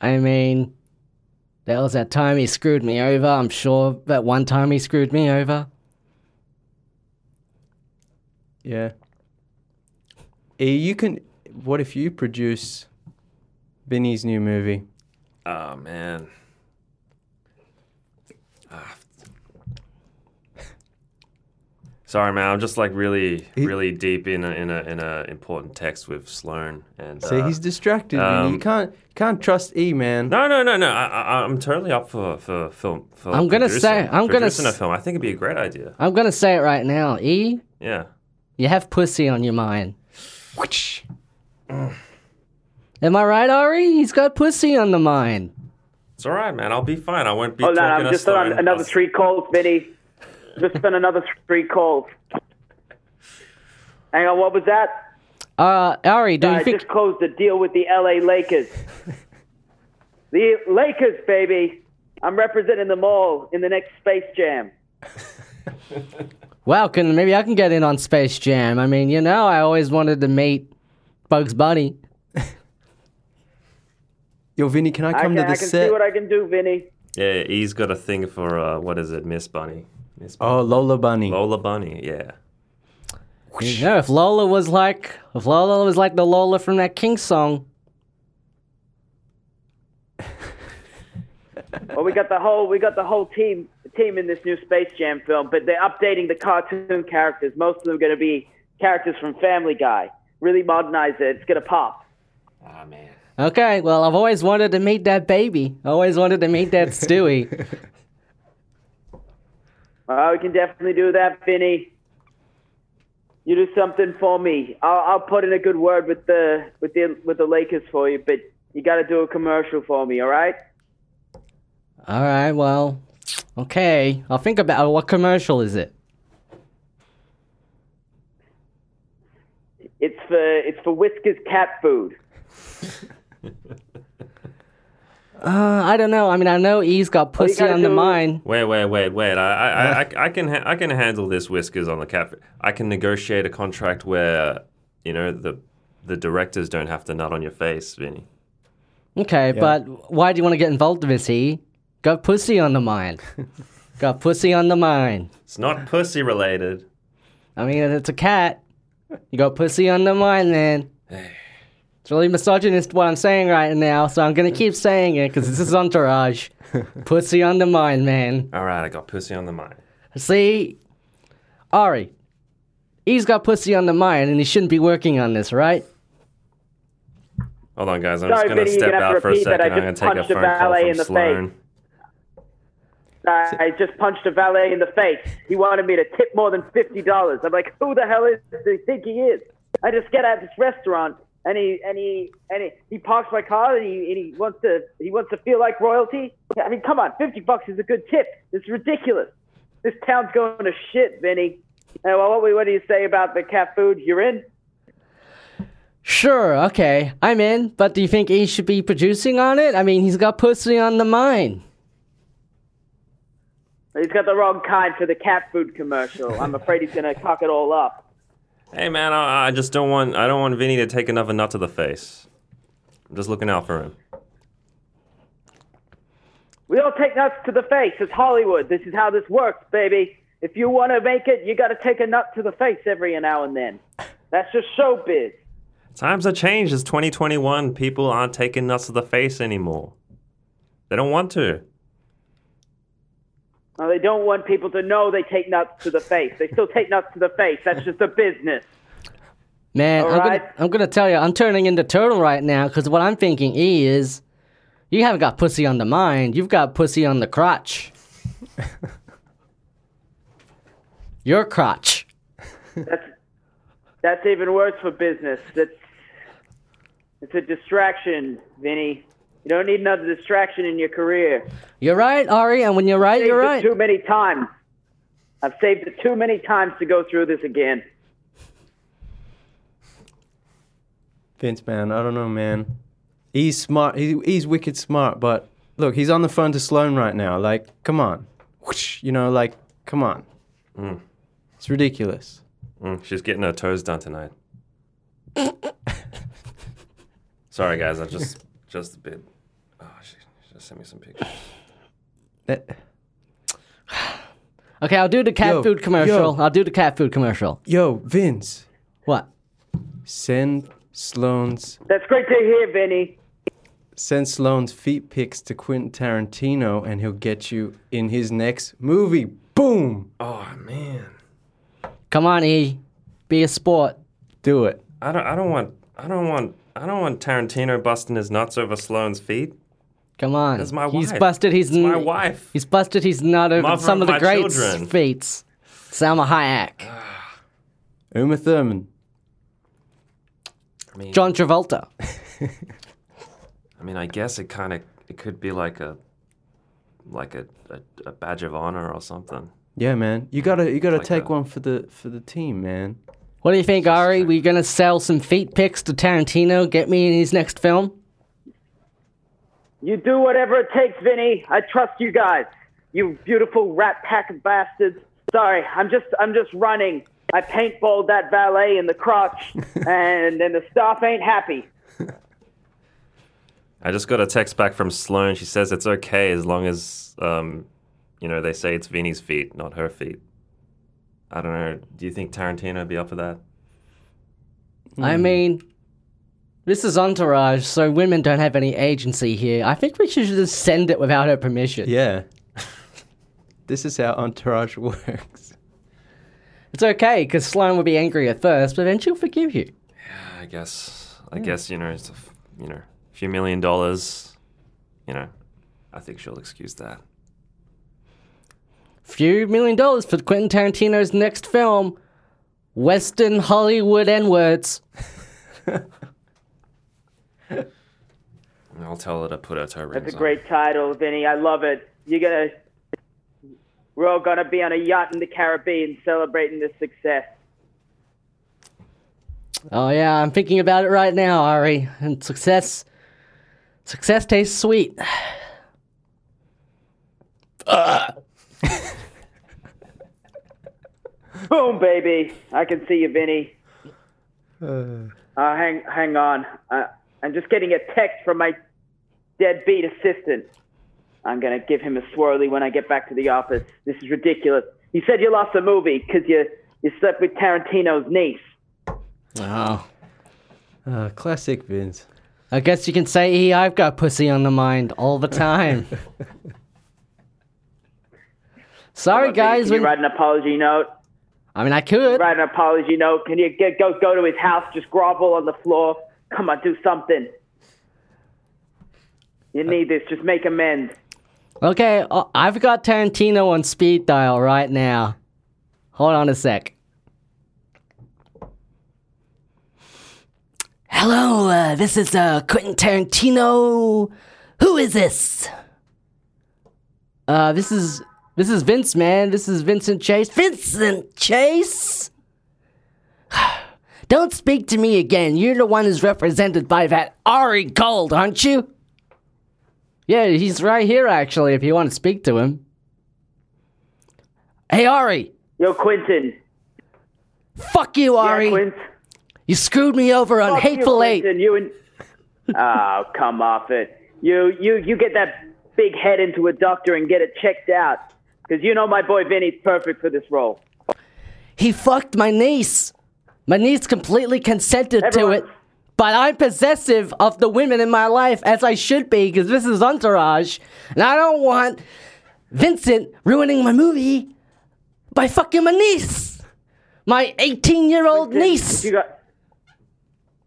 S2: I mean, there was that time he screwed me over. I'm sure that one time he screwed me over.
S3: Yeah. Eh, You can. What if you produce Vinny's new movie?
S4: Oh man. Ah. Sorry, man. I'm just like really, really deep in a, in a in a important text with Sloan and.
S3: See,
S4: uh,
S3: he's distracted. Vinny. You
S4: um,
S3: can't can't trust E man.
S4: no, no, no, no. I, I, I'm totally up for for film. For
S2: I'm gonna
S4: producing-
S2: say- I'm gonna
S4: producing a
S2: s-
S4: film. I think it'd be a great idea.
S2: I'm gonna say it right now. E,
S4: Yeah.
S2: you have pussy on your mind. Mm. Am I right, Ari? He's got pussy on the mind.
S4: It's all right, man. I'll be fine. I won't be
S7: Hold on,
S4: talking
S7: I'm
S4: to
S7: just on
S4: Sloan.
S7: another
S4: I'll-
S7: three calls, Vinny. Just on another three calls. Hang on, what was that?
S2: Uh, Ari, do
S7: I
S2: you think?
S7: just closed a deal with the LA Lakers. the Lakers, baby. I'm representing them all in the next Space Jam.
S2: Wow, can maybe I can get in on Space Jam? I mean, you know, I always wanted to meet Bugs Bunny.
S3: Yo, Vinny, can I
S7: I
S3: come
S7: can,
S3: to the
S7: I can
S3: set?
S7: see what I can do, Vinny.
S4: Yeah, he's got a thing for uh, what is it, Miss Bunny? Miss Bunny.
S3: oh, Lola Bunny.
S4: Lola Bunny. Yeah.
S2: You know, if Lola was like, if Lola was like the Lola from that King song,
S7: Well, we got the whole we got the whole team team in this new Space Jam film, but they're updating the cartoon characters. Most of them are going to be characters from Family Guy. Really modernize it. It's going to pop.
S4: Ah man.
S2: Okay, well, I've always wanted to meet that baby. I always wanted to meet that Stewie.
S7: Uh, we can definitely do that, Vinny. You do something for me. I'll, I'll put in a good word with the with the with the Lakers for you, but you got to do a commercial for me, all right?
S2: All right, well, okay. I'll think about what commercial is it?
S7: It's for it's for Whiskers cat food.
S2: Uh, I don't know. I mean, I know E's got pussy
S7: gotta
S2: on the
S7: do-
S2: mind.
S4: Wait, wait, wait, wait. I, I, I, I can, ha- I can handle this whiskers on the cat. I can negotiate a contract where, you know, the, the directors don't have to nut on your face, Vinny.
S2: Okay, but why do you want to get involved with this, E? Got pussy on the mind. got pussy on the mind.
S4: It's not pussy related.
S2: I mean, it's a cat. You got pussy on the mind, man. It's really misogynist what I'm saying right now, so I'm gonna keep saying it because this is entourage. pussy on the mind, man.
S4: All right, I got pussy on the mind.
S2: See, Ari, he's got pussy on the mind, and he shouldn't be working on this, right?
S4: Hold on, guys. I'm
S7: Sorry,
S4: just gonna
S7: Vinny, you're
S4: step
S7: gonna have to
S4: out for a
S7: repeat that.
S4: second.
S7: I
S4: I'm gonna
S7: just
S4: take a
S7: punched a
S4: phone call
S7: valet
S4: from
S7: in the face.
S4: Sloan.
S7: I I just punched a valet in the face. He wanted me to tip more than fifty dollars. I'm like, who the hell is does he think he is? I just get out of this restaurant and he and he and he, he parks my car and he, and he wants to he wants to feel like royalty. I mean, come on, fifty bucks is a good tip. It's ridiculous. This town's going to shit, Vinny. Hey, well, what, what do you say about the cat food you're in?
S2: Sure, okay, I'm in, but do you think he should be producing on it? I mean, he's got pussy on the mind.
S7: He's got the wrong kind for the cat food commercial. I'm afraid he's gonna cock it all up.
S4: Hey man, I, I just don't want I don't want Vinny to take another nut to the face. I'm just looking out for him.
S7: We all take nuts to the face. It's Hollywood. This is how this works, baby. If you want to make it, you got to take a nut to the face every now and then. That's just showbiz.
S4: Times have changed. It's 2021. People aren't taking nuts to the face anymore. They don't want to.
S7: Now, they don't want people to know they take nuts to the face. They still take nuts to the face. That's just a business.
S2: Man, I'm,
S7: Alright.
S2: gonna, I'm gonna tell you, I'm turning into turtle right now because what I'm thinking is, you haven't got pussy on the mind, you've got pussy on the crotch. Your crotch.
S7: That's that's even worse for business. That's it's a distraction, Vinny. You don't need another distraction in your career.
S2: You're right, Ari, and when you're right,
S7: saved
S2: you're
S7: it
S2: right.
S7: too many times. I've saved it too many times to go through this again.
S3: Vince, man, I don't know, man. He's smart. He, he's wicked smart, but look, he's on the phone to Sloan right now. Like, come on. Whoosh, you know, like, come on. It's ridiculous.
S4: Mm, she's getting her toes done tonight. Sorry guys, I just just a bit. Oh, she, she just sent me some pictures.
S3: That,
S2: Okay, I'll do the cat
S3: Yo,
S2: food commercial.
S3: yo.
S2: I'll do the cat food commercial.
S3: yo, Vince,
S2: What?
S3: send Sloan's
S7: That's great to hear, Vinny.
S3: send Sloan's feet pics to Quentin Tarantino, and he'll get you in his next movie. Boom.
S4: Oh man,
S2: Come on, E. Be a sport.
S3: Do it.
S4: I don't I don't want I don't want I don't want Tarantino busting his nuts over Sloane's feet.
S2: Come on.
S4: That's my
S2: He's
S4: wife.
S2: busted. He's
S4: That's my wife.
S2: He's busted. He's not over
S4: Mother
S2: some
S4: of
S2: of the
S4: my
S2: greats'
S4: children.
S2: feats. Salma Hayek,
S3: Uma Thurman.
S4: I mean,
S2: John Travolta.
S4: I mean, I guess it kind of it could be like a like a, a, a badge of honor or something.
S3: Yeah, man. You gotta you gotta
S4: Like
S3: take
S4: a-
S3: one for the for the team, man.
S2: What do you think, Ari? We gonna sell some feet pics to Tarantino? Get me in his next film?
S7: You do whatever it takes, Vinny. I trust you guys. You beautiful rat pack of bastards. Sorry, I'm just I'm just running. I paintballed that valet in the crotch, and then the staff ain't happy.
S4: I just got a text back from Sloane. She says it's okay as long as um, you know they say it's Vinny's feet, not her feet. I don't know. Do you think Tarantino would be up for that?
S2: I mean, this is entourage, so women don't have any agency here. I think we should just send it without her permission.
S3: Yeah. this is how entourage works.
S2: It's okay, because Sloane will be angry at first, but then she'll forgive you.
S4: I guess. I guess you know it's a f- you know a few million dollars. You know, I think she'll excuse that.
S2: Few million dollars for Quentin Tarantino's next film, Western Hollywood N words.
S4: And I'll tell her to put her toe rings
S7: That's a
S4: on.
S7: great title, Vinny. I love it. You're gonna we're all gonna be on a yacht in the Caribbean celebrating this success.
S2: Oh yeah, I'm thinking about it right now, Ari. And success, success tastes sweet.
S7: Boom, baby. I can see you, Vinny. Uh, hang, hang on. Uh, I'm just getting a text from my deadbeat assistant. I'm gonna give him a swirly when I get back to the office. This is ridiculous. You said you lost a movie because you you slept with Tarantino's niece.
S2: Oh.
S3: Uh, classic Vince.
S2: I guess you can say "Hey, I've got pussy on the mind all the time. Sorry,
S7: Vinny,
S2: guys.
S7: Can you
S2: When,
S7: write an apology note?
S2: I mean, I could.
S7: Write an apology note. Can you get, go go to his house? Just grovel on the floor. Come on, do something. You
S2: Uh,
S7: need this. Just make amends.
S2: Okay, oh, I've got Tarantino on speed dial right now. Hold on a sec. Hello, uh, this is uh, Quentin Tarantino. Who is this? Uh, this is This is Vince, man. This is Vincent Chase. Vincent Chase! Don't speak to me again. You're the one who's represented by that Ari Gold, aren't you? Yeah, he's right here, actually, if you want to speak to him. Hey, Ari!
S7: Yo, Quentin.
S2: Fuck you, Ari!
S7: Yeah, Quint.
S2: you screwed me over on
S7: Fuck you,
S2: Hateful Eight.
S7: Quentin. You and oh, come off it. You you you get that big head into a doctor and get it checked out because you know my boy Vinny's perfect for this role.
S2: He fucked my niece. My niece completely consented
S7: Everyone-
S2: to it. But I'm possessive of the women in my life, as I should be, because this is Entourage. And I don't want Vincent ruining my movie by fucking my niece. My 18 year old
S7: Quentin,
S2: niece.
S7: If you got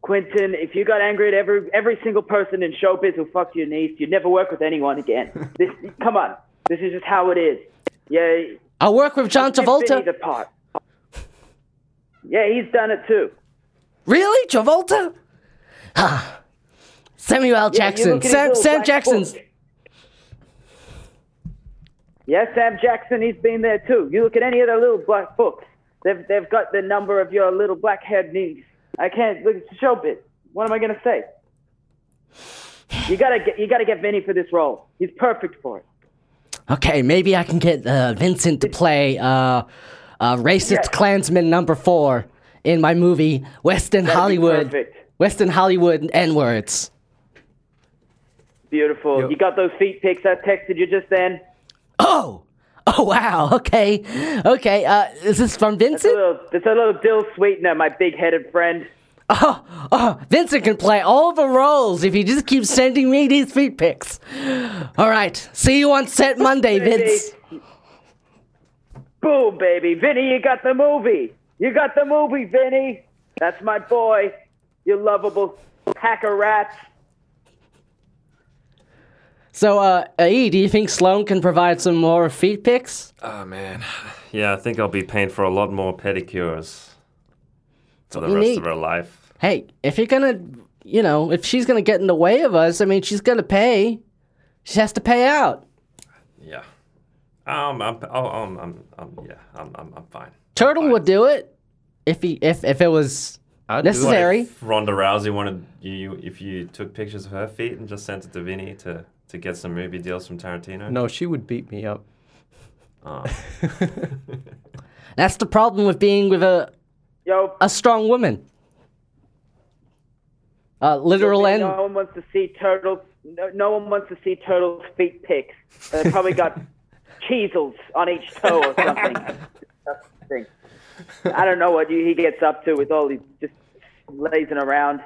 S7: Quentin, if you got angry at every every single person in showbiz who fucked your niece, you'd never work with anyone again. this come on, this is just how it is. Yeah,
S2: I'll work with John
S7: give Vinny the
S2: Travolta.
S7: part. Yeah, he's done it too.
S2: Really? Travolta? Samuel L.
S7: Yeah, you
S2: Jackson.
S7: look at his
S2: Sam,
S7: little
S2: Sam
S7: black
S2: Jackson's.
S7: book. Yeah, Sam Jackson, he's been there too. You look at any of their little black books, they've, they've got the number of your little black haired niece. I can't, look, it's showbiz. What am I going to say? You gotta get you gotta get Vinny for this role. He's perfect for it.
S2: Okay, maybe I can get uh, Vincent to play uh, uh, racist
S7: Yes.
S2: Klansman number four in my movie Western
S7: That'd be
S2: Hollywood.
S7: perfect.
S2: Western Hollywood N words.
S7: Beautiful.
S3: Yo-
S7: You got those feet pics I texted you just then.
S2: Oh, oh wow. Okay, okay. Uh, is this from
S7: It's a
S2: Vincent?
S7: little, it's a little dill sweetener, my big-headed friend.
S2: Oh, oh, Vincent can play all the roles if he just keeps sending me these feet pics. All right, see you on set Monday, Vince.
S7: Boom, baby. Vinny, you got the movie. You got the movie, Vinny. That's my boy. You lovable pack of rats.
S2: So, uh, E, do you think Sloan can provide some more feet pics?
S4: Oh man. Yeah, I think I'll be paying for a lot more pedicures for the
S2: you
S4: rest
S2: need.
S4: of her life.
S2: hey, if you're gonna, you know, if she's gonna get in the way of us, I mean, she's gonna pay. She has to pay out.
S4: Yeah. Um, I'm, oh, um, I'm, I'm, yeah, I'm, I'm, I'm fine.
S2: Turtle would do it if he if if it was
S3: I'd do it.
S2: necessary.
S4: If Ronda Rousey wanted you, you, if you took pictures of her feet and just sent it to Vinny to, to get some movie deals from Tarantino.
S3: No, she would beat me up.
S4: Oh.
S2: That's the problem with being with a
S7: Yo,
S2: a strong woman. Uh, literal
S7: Vinny,
S2: and
S7: no one wants to see turtles. No, no one wants to see turtles' feet pics. They probably got cheezels on each toe or something. Disgusting. I don't know what you, he gets up to with all these just lazing around.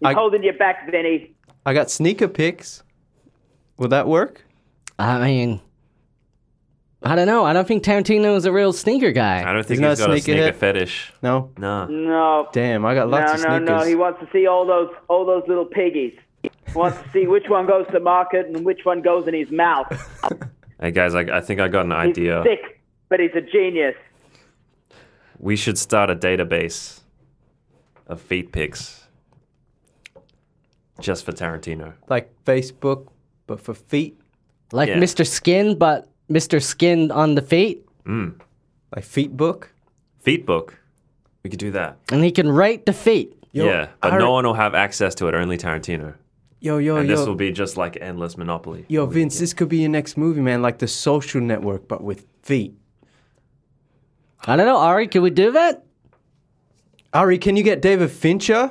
S7: He's
S3: I-
S7: holding you back, Vinny.
S3: I got sneaker pics. Will that work?
S2: I mean, I don't know. I don't think Tarantino is a real sneaker
S4: I
S2: guy.
S4: don't think
S3: Isn't
S4: he's
S3: that
S4: got a
S3: sneakerhead?
S4: sneaker fetish.
S3: No.
S4: No.
S7: No.
S3: Damn, I got lots
S7: no,
S3: of
S7: no,
S3: sneakers.
S7: no. He wants to see all those all those little piggies. He wants to see which one goes to market and which one goes in his mouth.
S4: Hey guys, I, I think I got an
S7: He's
S4: idea.
S7: sick, but he's a genius.
S4: We should start a database of feet pics just for Tarantino.
S3: Like Facebook, but for feet.
S2: Like
S4: Yeah.
S2: Mr. Skin, but Mr. Skin on the feet,
S3: Like feet book.
S4: Feet book. We could do that.
S2: and he can rate the feet.
S3: Yo,
S4: yeah, but
S3: I re-
S4: no one will have access to it. Only Tarantino.
S3: Yo, yo,
S4: And
S3: yo.
S4: this will be just like endless monopoly.
S3: Yo, Vince, this could be your next movie, man. Like the social network, but with feet.
S2: I don't know, Ari. Can we do that?
S3: Ari, can you get David Fincher?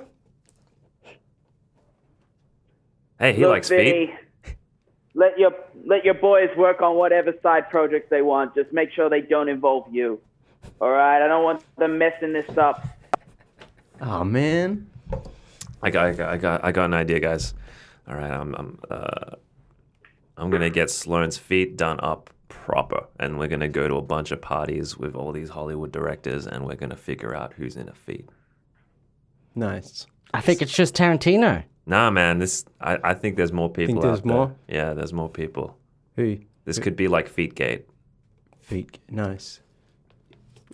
S4: Hey, he
S7: Look,
S4: likes
S7: Vinny,
S4: feet.
S7: Let your let your boys work on whatever side projects they want. Just make sure they don't involve you. All right, I don't want them messing this up.
S3: Oh, man.
S4: I got, I got, I got, I got an idea, guys. All right, I'm, I'm, uh, I'm gonna get Sloane's feet done up proper, and we're gonna go to a bunch of parties with all these Hollywood directors, and we're gonna figure out who's in a feet.
S3: Nice.
S2: I think it's just Tarantino.
S4: Nah, man, this. I, I think there's more people.
S3: there's
S4: out there.
S3: more?
S4: Yeah, there's more people.
S3: Who?
S4: This could be like Feetgate.
S3: Feet. Nice.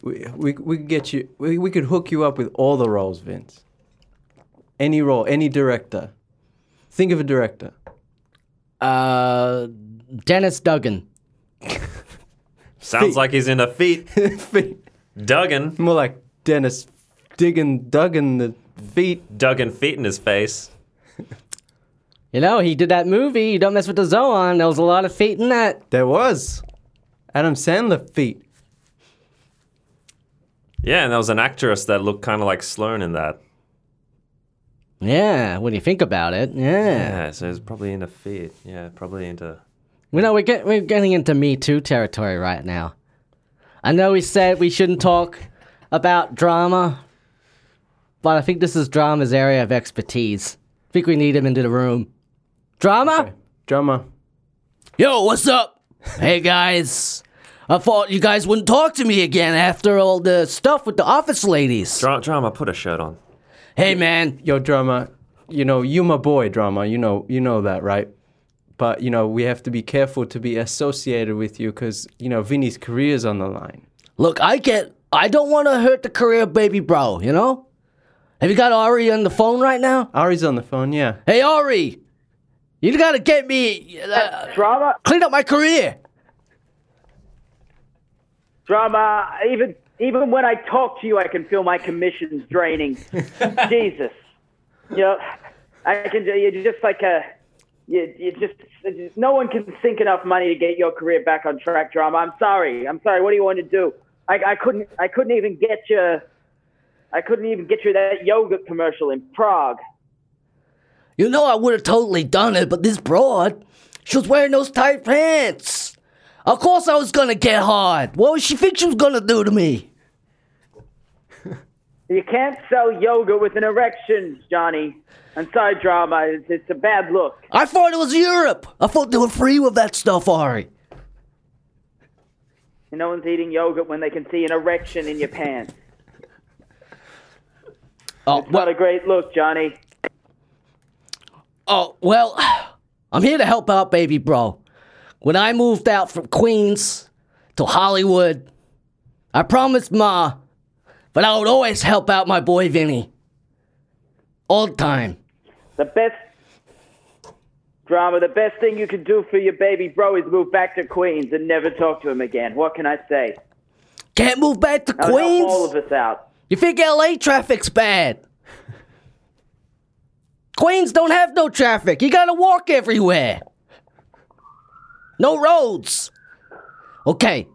S3: We, we, we could get you, we, we could hook you up with all the roles, Vince. Any role, any director. Think of a director.
S2: Uh, Dennis Duggan.
S4: Sounds
S3: Feet.
S4: like he's in a feet.
S3: feet.
S4: Duggan.
S3: More like Dennis digging, dugging the feet.
S4: Duggan feet in his face.
S2: You know, he did that movie. You don't mess with the Zoan. There was a lot of feet in that.
S3: There was Adam Sandler feet.
S4: Yeah, and there was an actress that looked kind of like Sloane in that.
S2: Yeah, when you think about it. Yeah.
S4: Yeah, so he's probably into feet. Yeah, probably into.
S2: We know we're, get, we're getting into Me Too territory right now. I know we said we shouldn't talk about drama, but I think this is drama's area of expertise. I think we need him into the room. Drama?
S3: Drummer.
S2: Yo, what's up? Hey guys. I thought you guys wouldn't talk to me again after all the stuff with the office ladies.
S4: Dra- drama, put a shirt on.
S2: Hey man,
S3: Yo, drummer. You know, you my boy, drummer. You know, you know that, right? But you know, we have to be careful to be associated with you because you know Vinny's career's on the line.
S2: look, I get I don't want to hurt the career of baby bro, you know? Have you got Ari on the phone right now?
S3: Ari's on the phone. Yeah.
S2: Hey Ari, you got to get me uh,
S7: Drama,
S2: clean up my career.
S7: drama. Even even when I talk to you, I can feel my commissions draining. Jesus, you know, I can. You're just like a. You, you just no one can sink enough money to get your career back on track, drama. I'm sorry. I'm sorry. What do you want to do? I, I couldn't. I couldn't even get you. I couldn't even get you that yogurt commercial in Prague.
S2: You know I would have totally done it, but this broad, she was wearing those tight pants. Of course I was going to get hard. What was she think she was going to do to me?
S7: You can't sell yoga with an erection, Johnny. I'm sorry, drama. It's, it's a bad look.
S2: I thought it was Europe. I thought they were free with that stuff, Ari.
S7: No one's eating yogurt when they can see an erection in your pants.
S2: Oh,
S7: What
S2: well,
S7: a great look, Johnny.
S2: oh, well, I'm here to help out, baby bro. When I moved out from Queens to Hollywood, I promised Ma that I would always help out my boy Vinny. All the time.
S7: The best drama, the best thing you can do for your baby bro is move back to Queens and never talk to him again. What can I say?
S2: Can't move back to
S7: That would help all
S2: Queens?
S7: of us out.
S2: You think LA traffic's bad? Queens don't have no traffic. You gotta walk everywhere. No roads. Okay,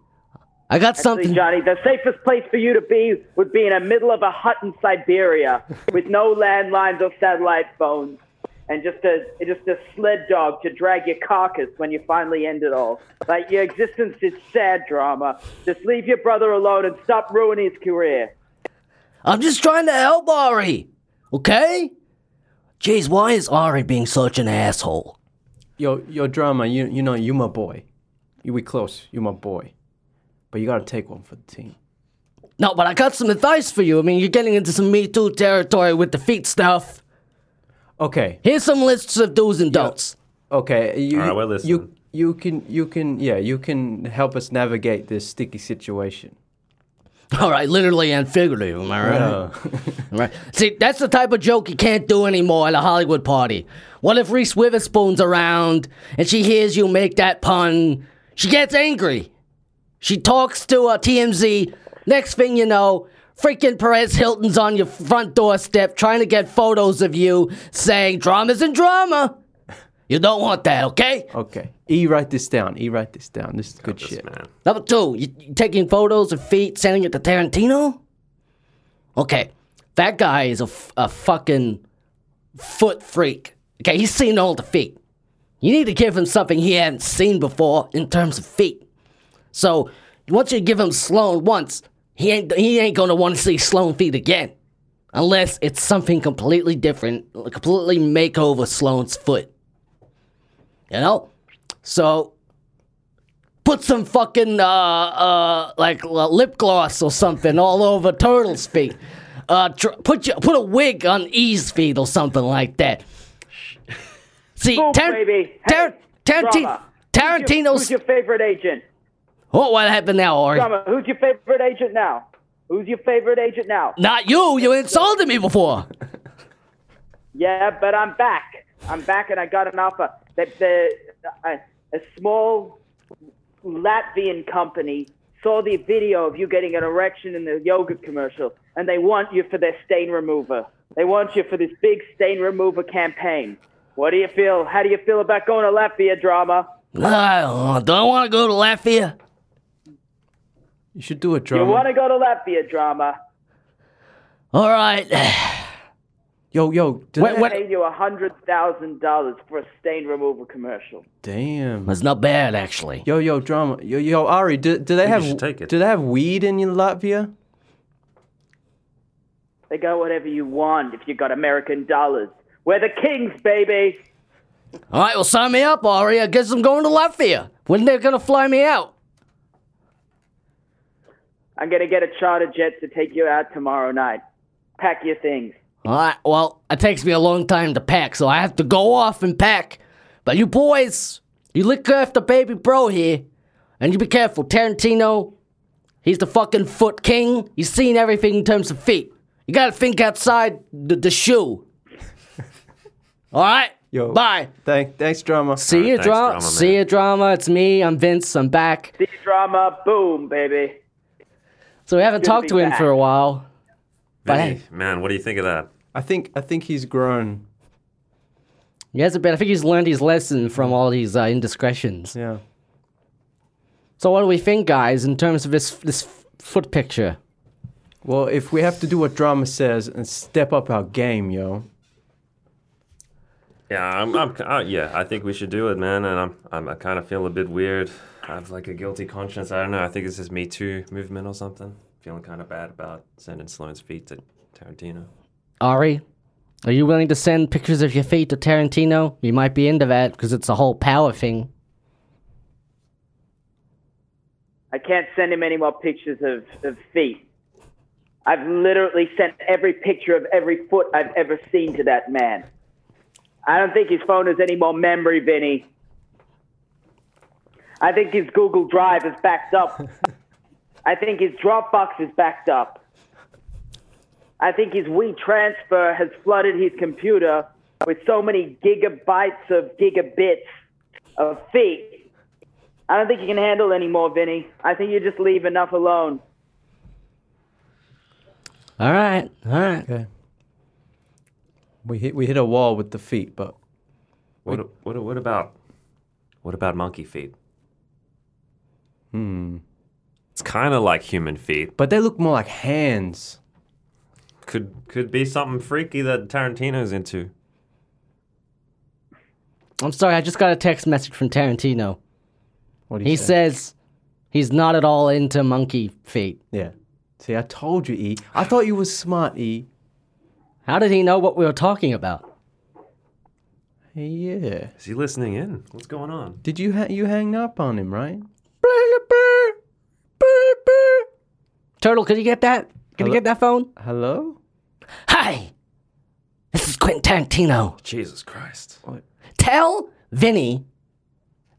S2: I got
S7: See,
S2: something.
S7: Johnny, the safest place for you to be would be in the middle of a hut in Siberia with no landlines or satellite phones and just a just a sled dog to drag your carcass when you finally end it all. Like your existence is sad drama. Just leave your brother alone and stop ruining his career.
S2: I'm just trying to help Ari. Okay? Jeez, why is Ari being such an asshole?
S3: Yo, yo, drummer. You, you know, you my boy. You we close. You my boy. But you gotta take one for the team.
S2: No, but I got some advice for you. I mean, you're getting into some Me Too territory with the feet stuff.
S3: Okay.
S2: Here's some lists of do's and don'ts.
S3: Okay, you,
S4: All right, we're
S3: you
S4: listening.
S3: you can you can yeah you can help us navigate this sticky situation.
S2: All right, literally and figuratively, am I right?
S3: Uh,
S2: Right. See, that's the type of joke you can't do anymore at a Hollywood party. What if Reese Witherspoon's around and she hears you make that pun? She gets angry. She talks to uh, a TMZ. Next thing you know, freaking Perez Hilton's on your front doorstep trying to get photos of you saying drama's in drama. You don't want that, okay?
S3: okay, E write this down. E write this down. This is good shit.
S4: Man.
S2: Number two, you, you taking photos of feet, sending it to Tarantino? Okay, that guy is a, f- a fucking foot freak. Okay, he's seen all the feet. You need to give him something he hasn't seen before in terms of feet. So once you give him Sloan once, he ain't he ain't gonna want to see Sloan feet again, unless it's something completely different, completely make over Sloan's foot. You know, so put some fucking uh uh like uh, lip gloss or something all over turtle's feet. Uh, tr- put your, put a wig on E's feet or something like that. See,
S7: Boom,
S2: Tar-
S7: baby.
S2: Tar-
S7: Hey,
S2: Taranti-
S7: drama.
S2: Tarantino's. Oh,
S7: Who's your- Who's your favorite agent?
S2: What what happened now, Ori?
S7: Drama, who's your favorite agent now? Who's your favorite agent now?
S2: Not you. You insulted me before.
S7: Yeah, but I'm back. I'm back, and I got an offer that the a, a small Latvian company saw the video of you getting an erection in the yogurt commercial, and they want you for their stain remover. They want you for this big stain remover campaign. What do you feel? How do you feel about going to Latvia, drama?
S8: Uh, do I want to go to Latvia?
S3: You should do a
S7: You
S3: drama.
S7: want to go to Latvia, drama?
S8: All right.
S3: Yo, yo. do
S8: What-
S3: they-
S8: what-
S7: Pay you a hundred thousand dollars for a stain remover commercial.
S3: Damn.
S8: That's not bad, actually.
S3: Yo, yo, drama. Yo, yo, Ari. Do, do they
S4: you
S3: have
S4: should take it.
S3: do they have weed in Latvia?
S7: They go whatever you want if you got American dollars. We're the kings, baby.
S8: All right, well, sign me up, Ari. I guess I'm going to Latvia. When they're going to fly me out?
S7: I'm gonna get a charter jet to take you out tomorrow night. Pack your things.
S8: All right, well, it takes me a long time to pack, so I have to go off and pack. But you boys, you look after baby bro here, and you be careful. Tarantino, he's the fucking foot king. He's seen everything in terms of feet. You gotta think outside the, the shoe. All right?
S3: Yo.
S8: Bye.
S3: Thank, thanks, drama.
S2: See you,
S4: thanks,
S2: drama.
S4: drama,
S2: See
S4: man.
S2: you, drama. It's me. I'm Vince. I'm back.
S7: See you, drama, boom, baby.
S2: So we haven't
S7: Good to
S2: talked
S7: be
S2: to him
S7: back.
S2: for a while.
S4: Vinny, man, what do you think of that?
S3: I think I think he's grown.
S2: He hasn't been. I think he's learned his lesson from all these uh, indiscretions.
S3: Yeah.
S2: So what do we think, guys, in terms of this this f- foot picture?
S3: Well, if we have to do what drama says and step up our game, yo.
S4: Yeah, I'm, I'm, I, yeah, I think we should do it, man. And I'm, I'm, I kind of feel a bit weird. I have like a guilty conscience. I don't know. I think this is Me Too movement or something. Feeling kind of bad about sending Sloane's feet to Tarantino.
S2: Ari, are you willing to send pictures of your feet to Tarantino? You might be into that because it's a whole power thing.
S7: I can't send him any more pictures of, of feet. I've literally sent every picture of every foot I've ever seen to that man. I don't think his phone has any more memory, Vinny. I think his Google Drive is backed up. I think his Dropbox is backed up. I think his WeTransfer has flooded his computer with so many gigabytes of gigabits of feet I don't think you can handle any more, Vinny. I think you just leave enough alone.
S2: All right, all right.
S3: Okay. We hit we hit a wall with the feet, but
S4: What, what, what about, what about monkey feet? Hmm. It's kind of like human feet.
S3: but they look more like hands.
S4: Could, could be something freaky that Tarantino's into.
S2: I'm sorry. I just got a text message from Tarantino.
S3: What do you
S2: He
S3: say?
S2: says he's not at all into monkey feet.
S3: Yeah. See, I told you, E. I thought you was smart, E.
S2: How did he know what we were talking about?
S3: Yeah.
S4: Is he listening in? What's going on?
S3: Did you ha- you hang up on him, right?
S2: Turtle, could you get that? Can you
S3: Hello?
S2: get that phone?
S3: Hello?
S8: Hi! This is Quentin Tarantino.
S4: Jesus Christ.
S8: Tell
S2: Vinny,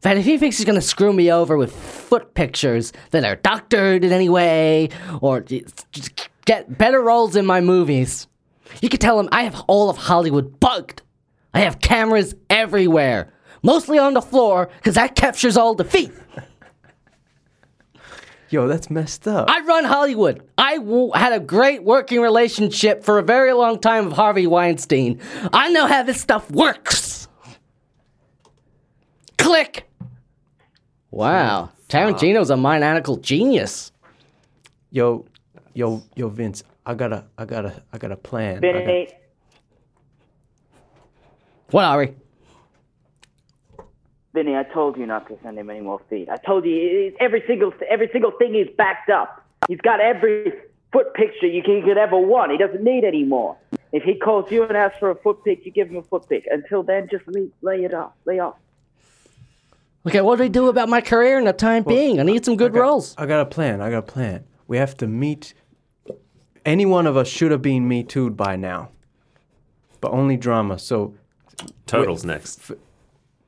S2: that if he thinks he's gonna screw me over with foot pictures that are doctored in any way or just just get better roles in my movies, you can tell him I have all of Hollywood bugged. I have cameras everywhere, mostly on the floor, because that captures all the feet.
S3: Yo, that's messed up.
S2: I run Hollywood. I w- had a great working relationship for a very long time with Harvey Weinstein. I know how this stuff works. Click. Wow, Tarantino's a maniacal genius.
S3: yo, yo, yo, Vince. I got to I got to I got a plan. I got-
S7: Vinny,
S2: What, Ari?
S7: Vinny, I told you not to send him any more feet. I told you it- every single every single thing is backed up. He's got every foot picture you, can, you could ever want. He doesn't need any more. If he calls you and asks for a foot pic, you give him a foot pic. Until then, just lay, lay it off. Lay off.
S2: Okay, what do we do about my career in the time being? I need some good
S3: I got-
S2: roles.
S3: I got a plan. I got a plan. We have to meet. Any one of us should have been me too'd by now, but only drama. So
S4: Turtle's next.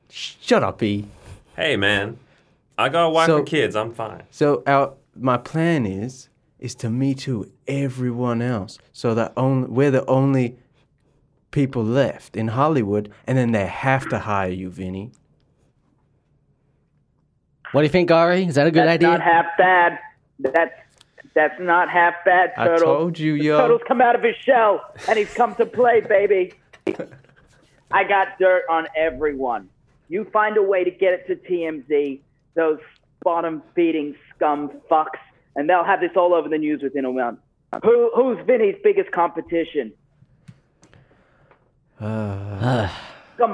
S3: shut up, E.
S4: Hey, man. I got a wife
S3: So-
S4: and kids. I'm fine.
S3: So our my plan is is to me too everyone else, so that only we're the only people left in Hollywood, and then they have to hire you, Vinny.
S2: What do you think, Ari? Is that a good
S7: That's
S2: idea?
S7: not half bad. That's that's not half bad,
S3: I
S7: Turtle.
S3: told you, yo.
S7: Turtle's come out of his shell, and he's come to play, baby. I got dirt on everyone. You find a way to get it to TMZ, those bottom feeding scum fucks, and they'll have this all over the news within a month. Who, who's Vinny's biggest competition? Come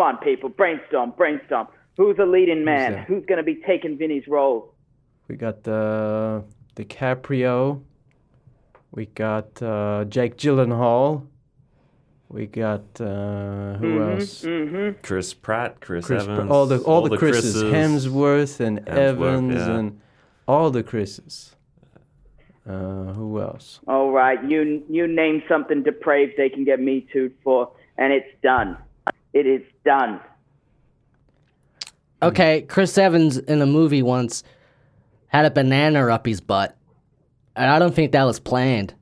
S7: on, people, brainstorm, brainstorm. Who's the leading man?
S3: that?
S7: Who's going to be taking Vinny's role?
S3: We got the DiCaprio. We got uh, Jake Gyllenhaal. We got uh, who
S7: Mm-hmm,
S3: else?
S4: Chris Pratt, Chris,
S3: Chris Pr-
S4: Evans,
S3: all the all, the, Chris's, Hemsworth and Evans
S4: yeah.
S3: and all the Chris's. Uh, who else?
S7: All right, you you name something depraved they can get me tooed for, and it's done. It is done.
S2: Okay, Chris Evans in a movie once had a banana up his butt, and I don't think that was planned.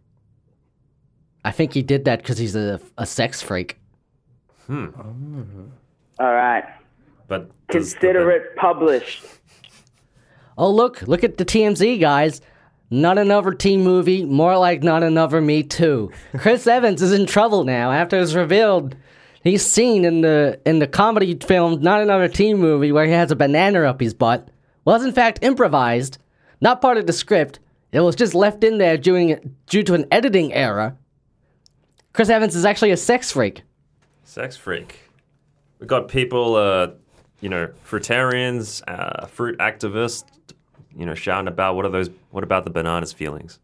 S2: I think he did that because he's a, a sex freak.
S7: All right,
S4: But does the
S7: consider
S4: ban-
S7: it published.
S2: Oh look, look at the TMZ guys. Not another teen movie, more like not another Me Too. Chris Evans is in trouble now after it's revealed he's seen in the in the comedy film Not Another Teen Movie where he has a banana up his butt. Was in fact improvised, not part of the script. It was just left in there due, due to an editing error. Chris Evans is actually a sex freak.
S4: Sex freak. We've got people, uh, you know, fruitarians, uh, fruit activists, you know, shouting about what are those? What about the bananas feelings?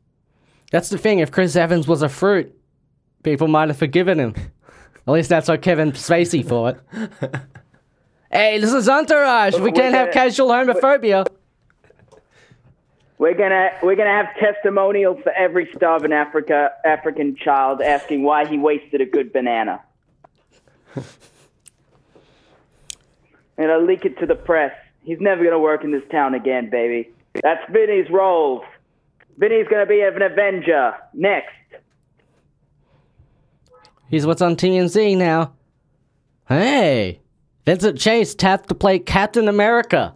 S2: That's the thing. If Chris Evans was a fruit, people might have forgiven him. At least that's what Kevin Spacey thought. hey, this is Entourage. We
S7: Wait,
S2: can't have
S7: uh,
S2: casual homophobia.
S7: We're gonna we're gonna have testimonials for every starving Africa African child asking why he wasted a good banana. and I leak it to the press. He's never gonna work in this town again, baby. That's Vinny's roles. Vinny's gonna be an Avenger next.
S2: Here's what's on TMZ now. Hey, Vincent Chase tapped to play Captain America.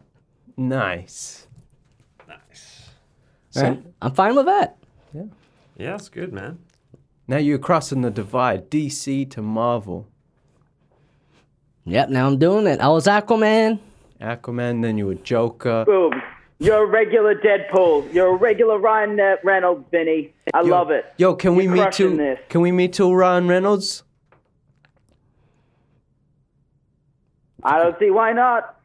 S3: Nice. Nice.
S2: I'm fine with that.
S4: Yeah, that's good, man.
S3: now you're crossing the divide, DC to Marvel,
S2: Yep, now I'm doing it. I was Aquaman.
S3: Aquaman. Then you were Joker.
S7: Boom. You're a regular Deadpool. You're a regular Ryan uh, Reynolds, Vinny. I
S3: Yo-
S7: love it.
S3: Yo, can we
S7: You're
S3: meet
S7: crushing
S3: too?
S7: this.
S3: Can we meet too, Ryan Reynolds?
S7: I don't see why not.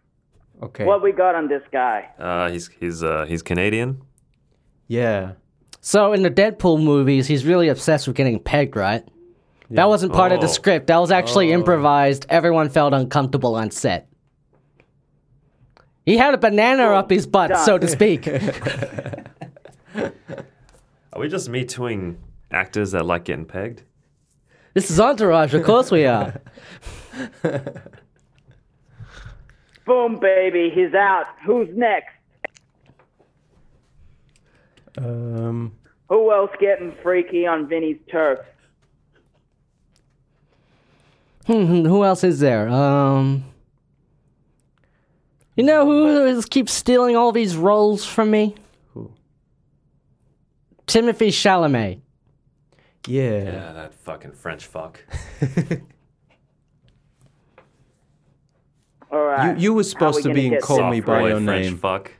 S3: Okay.
S7: What we got on this guy?
S4: Uh, he's he's uh, he's Canadian.
S3: yeah.
S2: So in the Deadpool movies, he's really obsessed with getting pegged, right? That wasn't part of the
S4: Oh.
S2: script. That was actually
S3: Oh.
S2: improvised. Everyone felt uncomfortable on set. He had a banana up his butt, so to speak.
S4: Are we just me tooing actors that like getting pegged?
S2: this is Entourage, of course we are.
S7: Boom, baby. He's out. Who's next?
S3: Um.
S7: Who else getting freaky on Vinny's turf?
S2: Hmm, who else is there? Um, you know who is, keeps stealing all these roles from me?
S3: Who?
S2: Timothy Chalamet.
S3: Yeah.
S4: Yeah, that fucking French fuck.
S7: All right.
S3: You, you were
S7: we
S3: supposed to
S7: gonna
S3: be in
S7: get
S3: Call Me
S4: Soft
S3: By
S4: boy
S3: Your
S4: French
S3: Name.
S4: fuck.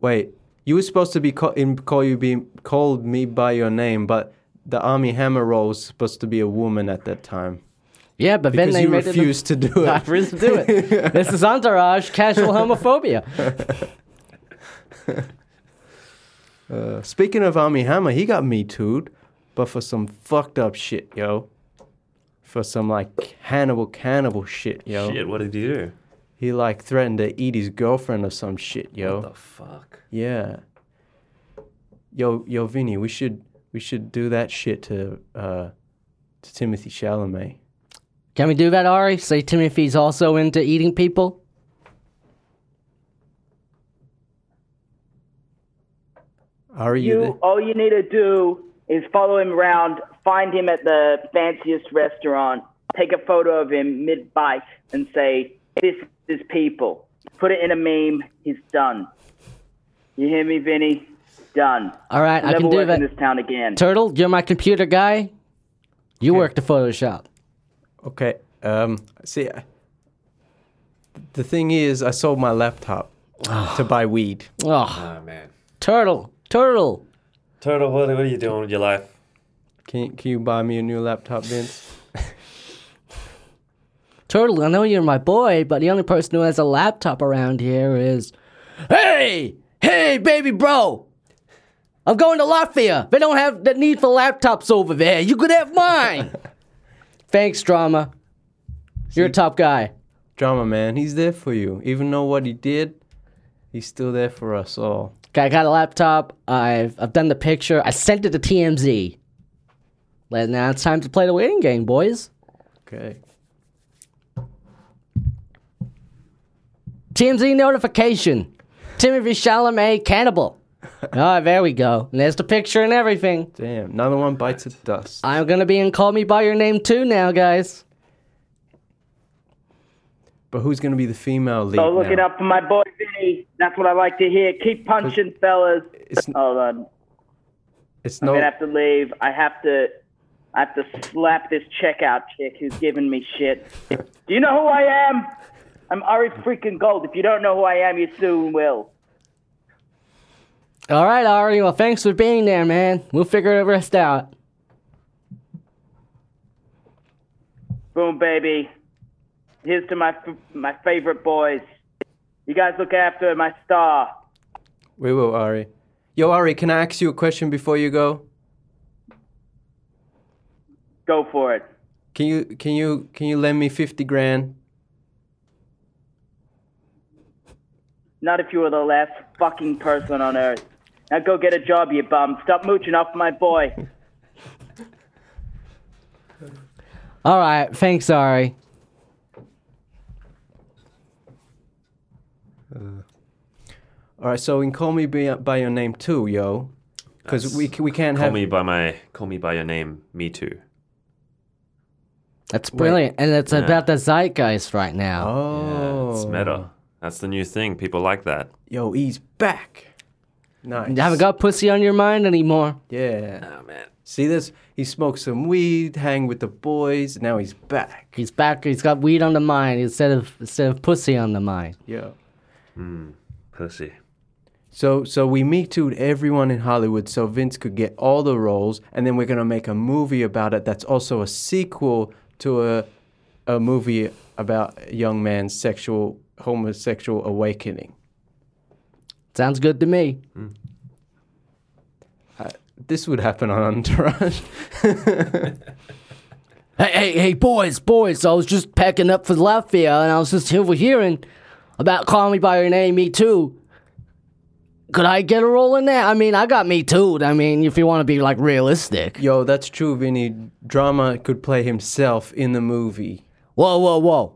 S3: Wait, you were supposed to be call, in Call You Be Called Me By Your Name, but the Army Hammer role was supposed to be a woman at that time.
S2: Yeah, but
S3: Because
S2: then they
S3: you
S2: made it.
S3: refused to do
S2: I
S3: it.
S2: refuse to do it. this is Entourage, casual homophobia.
S3: Speaking of Army Hammer, he got me tooed, but for some fucked up shit, yo. For some like Hannibal cannibal shit, yo.
S4: Shit, what did he do?
S3: He like threatened to eat his girlfriend or some shit, yo.
S4: What the fuck?
S3: Yeah. Yo, yo, Vinny, we should we should do that shit to uh, to Timothy Chalamet.
S2: Can we do that, Ari? Say Timothy's also into eating people?
S3: Are you?
S7: You,
S3: there?
S7: all you need to do is follow him around, find him at the fanciest restaurant, take a photo of him mid bite, and say, This is people. Put it in a meme. He's done. You hear me, Vinny? Done.
S2: All right, I
S7: Never
S2: can do
S7: work
S2: that.
S7: in this town again.
S2: Turtle, you're my computer guy. You work the Photoshop.
S3: Okay. Um, see, I, the thing is, I sold my laptop
S7: Ah.
S3: to buy weed.
S2: Oh,
S4: Oh man,
S2: Turtle, Turtle.
S4: Turtle, what, what are you doing with your life?
S3: Can, can you buy me a new laptop, Vince?
S2: Turtle, I know you're my boy, but the only person who has a laptop around here is. Hey! Hey, baby bro! I'm going to Latvia. They don't have the need for laptops over there. You could have mine! Thanks, drama. You're a top guy.
S3: Drama man, he's there for you. Even though what he did, he's still there for us all.
S2: Okay, I got a laptop. I've, I've done the picture. I sent it to TMZ. Well, Now it's time to play the waiting game, boys.
S3: Okay.
S2: TMZ notification. Timothy Chalamet cannibal. oh, there we go. And there's the picture and everything.
S3: Damn, another one bites at dust.
S2: I'm gonna be in Call Me by Your Name too now, guys.
S3: But who's gonna be the female lead?
S7: Oh, look
S3: now?
S7: it up for my boy Vinny. That's what I like to hear. Keep punching, fellas.
S3: It's,
S7: Hold on.
S3: it's
S7: I'm
S3: no.
S2: Oh.
S7: gonna have to leave. I have to. I have to slap this checkout chick who's giving me shit. Do you know who I am? I'm Ari freaking Gold. If you don't know who I am, you soon will.
S2: All right, Ari. Well, thanks for being there, man. We'll figure the rest out.
S7: Boom, baby. Here's to my f- my favorite boys. You guys look after my star.
S3: We will, Ari. Yo, Ari, can I ask you a question before you go?
S7: Go for it.
S3: Can you can you can you lend me fifty grand?
S7: Not if you were the last fucking person on earth. Now go get a job, you bum. Stop mooching off my boy.
S2: All right, thanks, Ari.
S3: All right, so in call me by, by your name too, yo, because we c- we can't
S4: Call
S3: have
S4: me by my call me by your name. Me too.
S2: That's brilliant, and it's about the zeitgeist right now.
S3: Oh,
S4: Yeah, Uh, it's meta. That's the new thing. People like that.
S3: yo, he's back. Nice.
S2: You haven't got pussy on your mind anymore.
S3: Yeah.
S4: Oh man.
S3: See this? He smoked some weed, hang with the boys. Now he's back.
S2: He's back. He's got weed on the mind instead of instead of pussy on the mind.
S3: Yeah.
S4: Pussy.
S3: So so we me too everyone in Hollywood so Vince could get all the roles, and then we're gonna make a movie about it that's also a sequel to a a movie about a young man's sexual homosexual awakening.
S2: Sounds good to me.
S3: This would happen on Entourage.
S2: Hey, hey, hey, boys, boys! I was just packing up for Latvia, and I was just overhearing about "Call Me by Your Name," Me Too. Could I get a role in that? I mean, I got Me Too. I mean, if you want to be like realistic.
S3: Yo, that's true, Vinny. Drama could play himself in the movie.
S2: Whoa, whoa, whoa!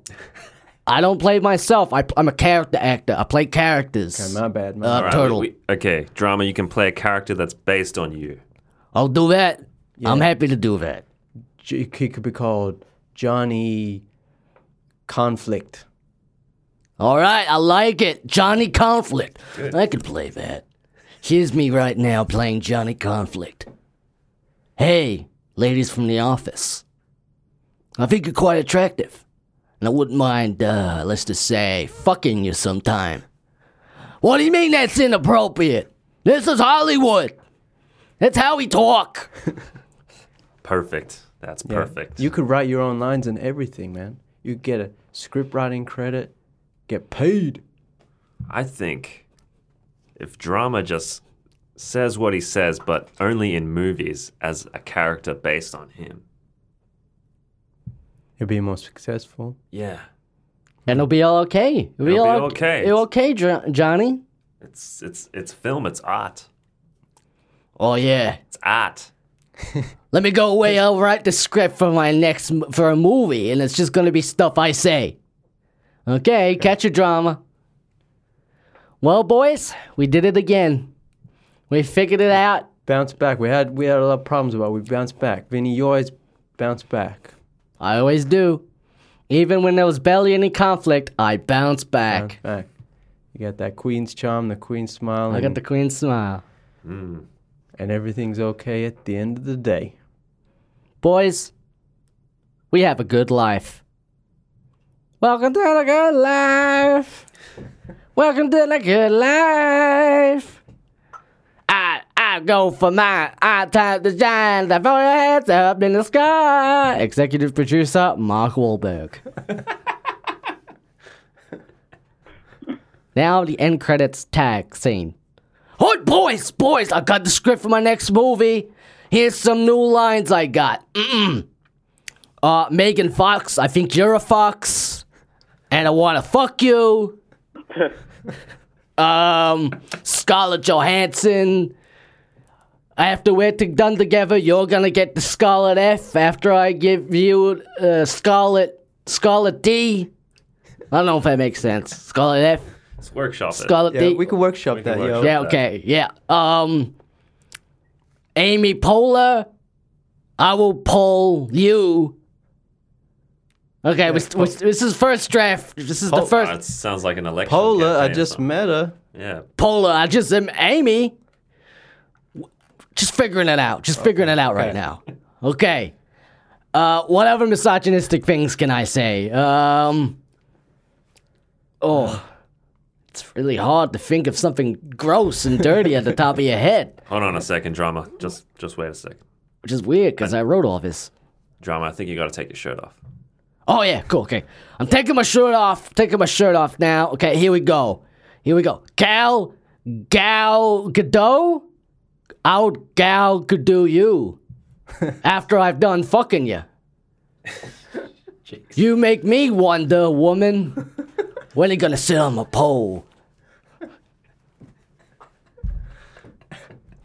S2: I don't play myself. I, I'm a character actor. I play characters.
S3: My bad, my
S2: Uh,
S3: bad.
S4: All right,
S2: Turtle.
S4: we- we- okay, drama. You can play a character that's based on you.
S2: I'll do that. I'm happy to do that.
S3: J- He could be called Johnny Conflict.
S2: All right, I like it. Johnny Conflict. I can play that. Here's me right now playing Johnny Conflict. Hey, ladies from the office. I think you're quite attractive. And I wouldn't mind, uh, let's just say, fucking you sometime. What do you mean that's inappropriate? This is Hollywood. That's how we talk.
S4: Perfect. That's perfect.
S3: You could write your own lines and everything, man. You get a script writing credit, get paid.
S4: I think if drama just says what he says, but only in movies as a character based on him.
S3: You'll be more successful.
S4: Yeah.
S2: And it'll be all okay. It'll,
S4: It'll all- be okay. it'll
S2: okay, Johnny.
S4: It's it's it's film. It's art.
S2: Oh, yeah.
S4: It's art.
S2: Let me go away. I'll write the script for my next m- for a movie, and it's just gonna be stuff I say. Okay, catch your drama. Well, boys, we did it again. We figured it out.
S3: Bounce back. We had we had a lot of problems about. it. We bounced back. Vinny, you always bounce back.
S2: I
S3: Uh,
S2: always do. Even when there was barely any conflict, I bounce back.
S3: Back. You got that queen's charm, the queen's smile,
S2: I got
S3: and,
S2: the queen smile.
S3: and everything's okay at the end of the day.
S8: Boys, we have a good life. Welcome to the good life. Welcome to the good life. I I go for mine. I time to shine. I throw your hands up in the sky. Executive producer Mark Wahlberg. now the end credits tag scene. Oh, boys, boys, I got the script for my next movie. Here's some new lines I got. Mm-mm. Uh, Megan Fox, I think you're a fox, and I want to fuck you. um, Scarlett Johansson. After we're t- done together, you're gonna get the Scarlet F. After I give you uh, Scarlet Scarlet D. I don't know if that makes sense. Scarlet F,
S4: Let's workshop it.
S8: Scarlet
S3: Yeah,
S8: D.
S3: we could workshop
S4: can
S3: that, yo.
S4: workshop.
S8: Yeah, okay, yeah. Um Amy Poehler, I will pull you. Okay, we, we, this is first draft. This is the
S4: Pol-
S8: first
S4: Ah, it sounds like an election.
S3: Pola, I
S4: campaign or
S3: just
S4: something.
S3: met her.
S4: Yeah.
S8: Poehler. I just am Amy. W- Just figuring it out. Just figuring it out right now. Okay. Uh, what other misogynistic things can I say? Um, oh, it's really hard to think of something gross and dirty at the top of your head.
S4: Hold on a second, drama. Just just wait a second.
S8: which is weird because I wrote all this.
S4: Drama, I think you got to take your shirt off.
S8: Oh yeah, cool. Okay, I'm taking my shirt off. Taking my shirt off now. Okay, here we go. Here we go. Gal, Gal Gadot, I'll Gal Gadot you. After I've done fucking you, you make me wonder, woman. when are you gonna sit on my pole?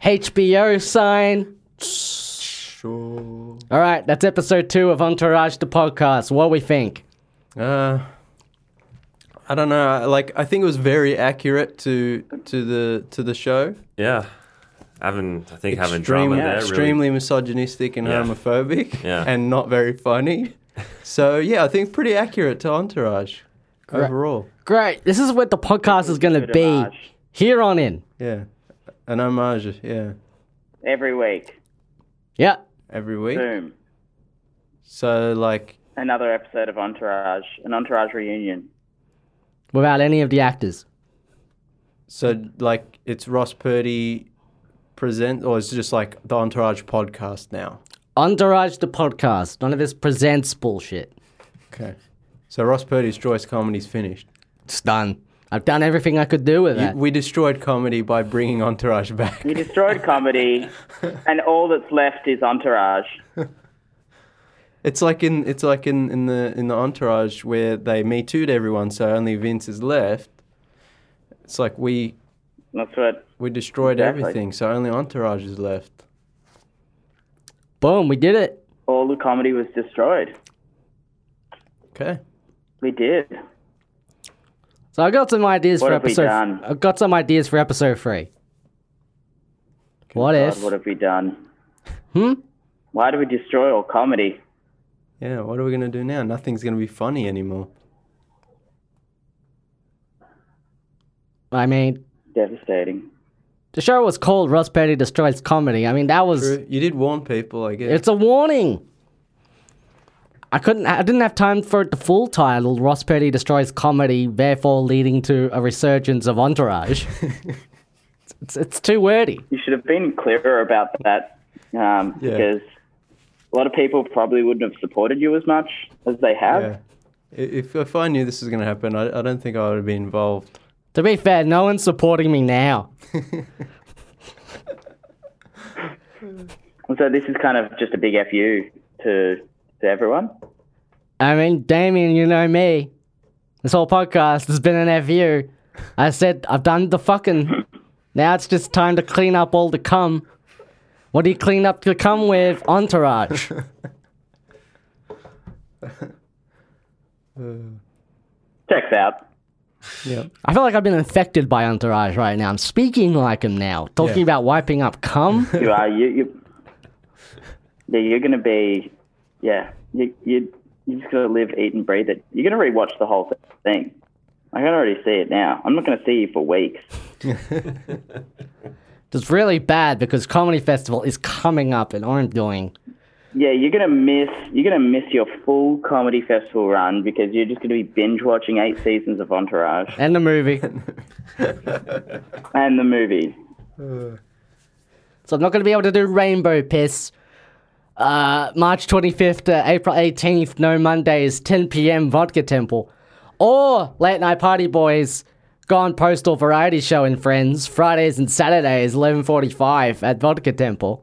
S8: HBO sign.
S3: Sure.
S2: All right, that's episode two of Entourage the podcast. What we think?
S3: Uh, I don't know. I- Like, I think it was very accurate to to the to the show.
S4: Yeah. Having, I think having
S3: Extreme-
S4: drama there really-
S3: extremely misogynistic and
S4: Yeah.
S3: homophobic,
S4: Yeah.
S3: and not very funny. so yeah, I think pretty accurate to Entourage overall.
S2: Great. This is what the podcast is going to
S7: Good
S2: be
S7: homage.
S2: here on in.
S3: Yeah, an homage. Yeah,
S7: Every week.
S2: Yeah.
S3: every week.
S7: Boom.
S3: So like,
S7: Another episode of Entourage, an Entourage reunion.
S2: Without any of the actors.
S3: so like, it's Ross Purdy present, or it's just like the Entourage podcast now.
S2: Entourage the podcast. None of this presents bullshit.
S3: Okay. So Ross Purdy's Joyce comedy's finished.
S2: It's done. I've done everything I could do with
S3: You-
S2: that.
S3: we destroyed comedy by bringing Entourage back.
S7: You destroyed comedy, and all that's left is Entourage.
S3: It's like in it's like in, in the in the entourage where they me too'd everyone, so only Vince is left. It's like we
S7: That's what.
S3: we destroyed
S7: Exactly.
S3: everything, so only entourage is left.
S2: Boom, we did it.
S7: All the comedy was destroyed.
S3: Okay.
S7: We did.
S2: So I got some ideas
S7: What
S2: for
S7: have we
S2: episode.
S7: done?
S2: I've got some ideas for episode three. What
S7: God,
S2: if?
S7: what have we done? Hmm? Why do we destroy all comedy?
S3: Yeah, what are we gonna do now? Nothing's gonna be funny anymore.
S2: I mean,
S7: Devastating.
S2: the show was called Russ Petty Destroys Comedy. I mean, that was.
S3: True. You did warn people, I guess.
S2: It's a warning. I couldn't. I didn't have time for the full title. Ross Petty destroys comedy, therefore leading to a resurgence of Entourage. it's, it's too wordy.
S7: You should have been clearer about that um,
S3: Yeah.
S7: because a lot of people probably wouldn't have supported you as much as they have.
S3: yeah. I- If if I knew this was gonna happen, I, I don't think I would have been involved.
S2: To be fair, no one's supporting me now.
S7: And so this is kind of just a big FU to, to everyone.
S2: I mean, Damien, you know me. This whole podcast has been an FU. I said I've done the fucking. Now it's just time to clean up all the cum. What do you clean up the cum with? Entourage.
S7: Checks out.
S2: I feel like I've been infected by Entourage right now. I'm speaking like him now, talking
S3: Yeah.
S2: about wiping up cum.
S7: you are you, you yeah, you're gonna be yeah you you you just gotta live eat and breathe it you're gonna rewatch the whole th- thing I can already see it now. I'm not going to see you for weeks.
S2: It's really bad because Comedy Festival is coming up and I'm doing.
S7: Yeah, you're gonna miss you're gonna miss your full comedy festival run because you're just gonna be binge watching eight seasons of Entourage
S2: And the movie.
S7: and the movie.
S2: So I'm not going to be able to do Rainbow Piss. Uh, March 25th to April 18th, no Mondays, 10 p.m. Vodka Temple. Or Late Night Party Boys, Gone Postal Variety Show and Friends, Fridays and Saturdays, 11.45 at Vodka Temple.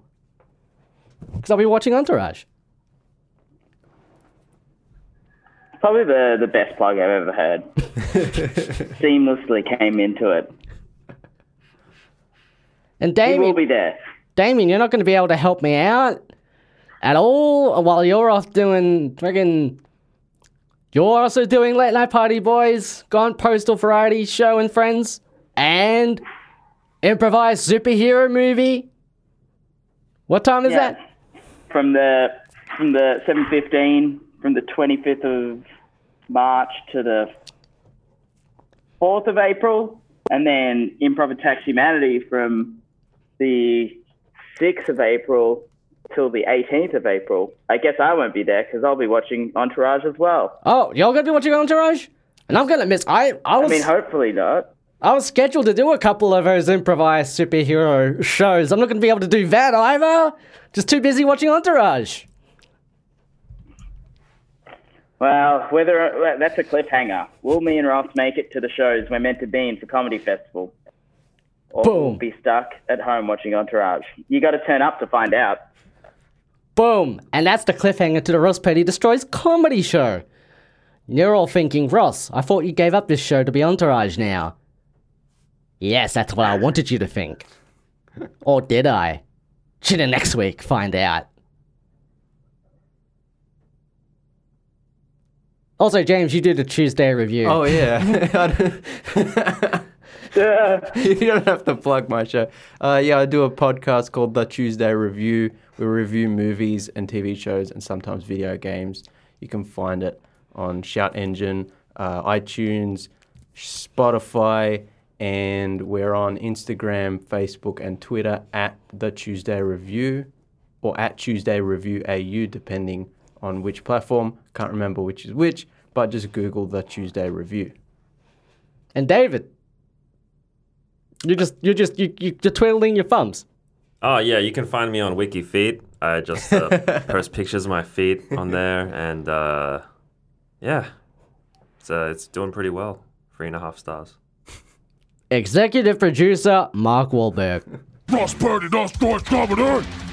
S2: Because I'll be watching Entourage.
S7: Probably the, the best plug I've ever heard. Seamlessly came into it.
S2: And
S7: You will
S2: Damien,
S7: be there.
S2: Damien, you're not going to be able to help me out at all while you're off doing friggin'. You're also doing Late Night Party Boys, Gone Postal Variety Show and Friends, and improvised superhero movie. What time is
S7: Yeah.
S2: that?
S7: From the from the seven fifteen, from the twenty fifth of March to the fourth of April, and then Improv Attacks Humanity from the sixth of April till the eighteenth of April. I guess I won't be there because I'll be watching Entourage as well.
S2: Oh, y'all gonna be watching Entourage? And I'm gonna miss. I I
S7: I
S2: was I,
S7: mean, hopefully not.
S2: was scheduled to do a couple of those improvised superhero shows. I'm not gonna be able to do that either. Just too busy watching Entourage.
S7: Well, whether well, that's a cliffhanger. Will me and Ross make it to the shows we're meant to be in for Comedy Festival? Or we'll
S2: Boom.
S7: be stuck at home watching Entourage. You got to turn up to find out.
S2: Boom! And that's the cliffhanger to the Ross Petty Destroys comedy show. You're all thinking, Ross, I thought you gave up this show to be Entourage now. Yes, that's what I wanted you to think. Or did I? Tune in next week, find out. Also, James, you did a Tuesday review.
S3: Oh yeah. I don't- you don't have to plug my show. Uh, yeah, I do a podcast called The Tuesday Review. We review movies and TV shows and sometimes video games. You can find it on Shout Engine, uh, iTunes, Spotify, and we're on Instagram, Facebook, and Twitter at The Tuesday Review or at Tuesday Review AU, depending on which platform. Can't remember which is which, but just Google The Tuesday Review.
S2: And David, you just, you just, you, you, you're twiddling your thumbs.
S4: Oh yeah, you can find me on Wiki Feet. I just uh, post pictures of my feet on there, and uh, yeah, it's uh, it's doing pretty well. Three and a half stars.
S2: Executive producer Mark Wahlberg.
S1: Prosperity, that's going coming in.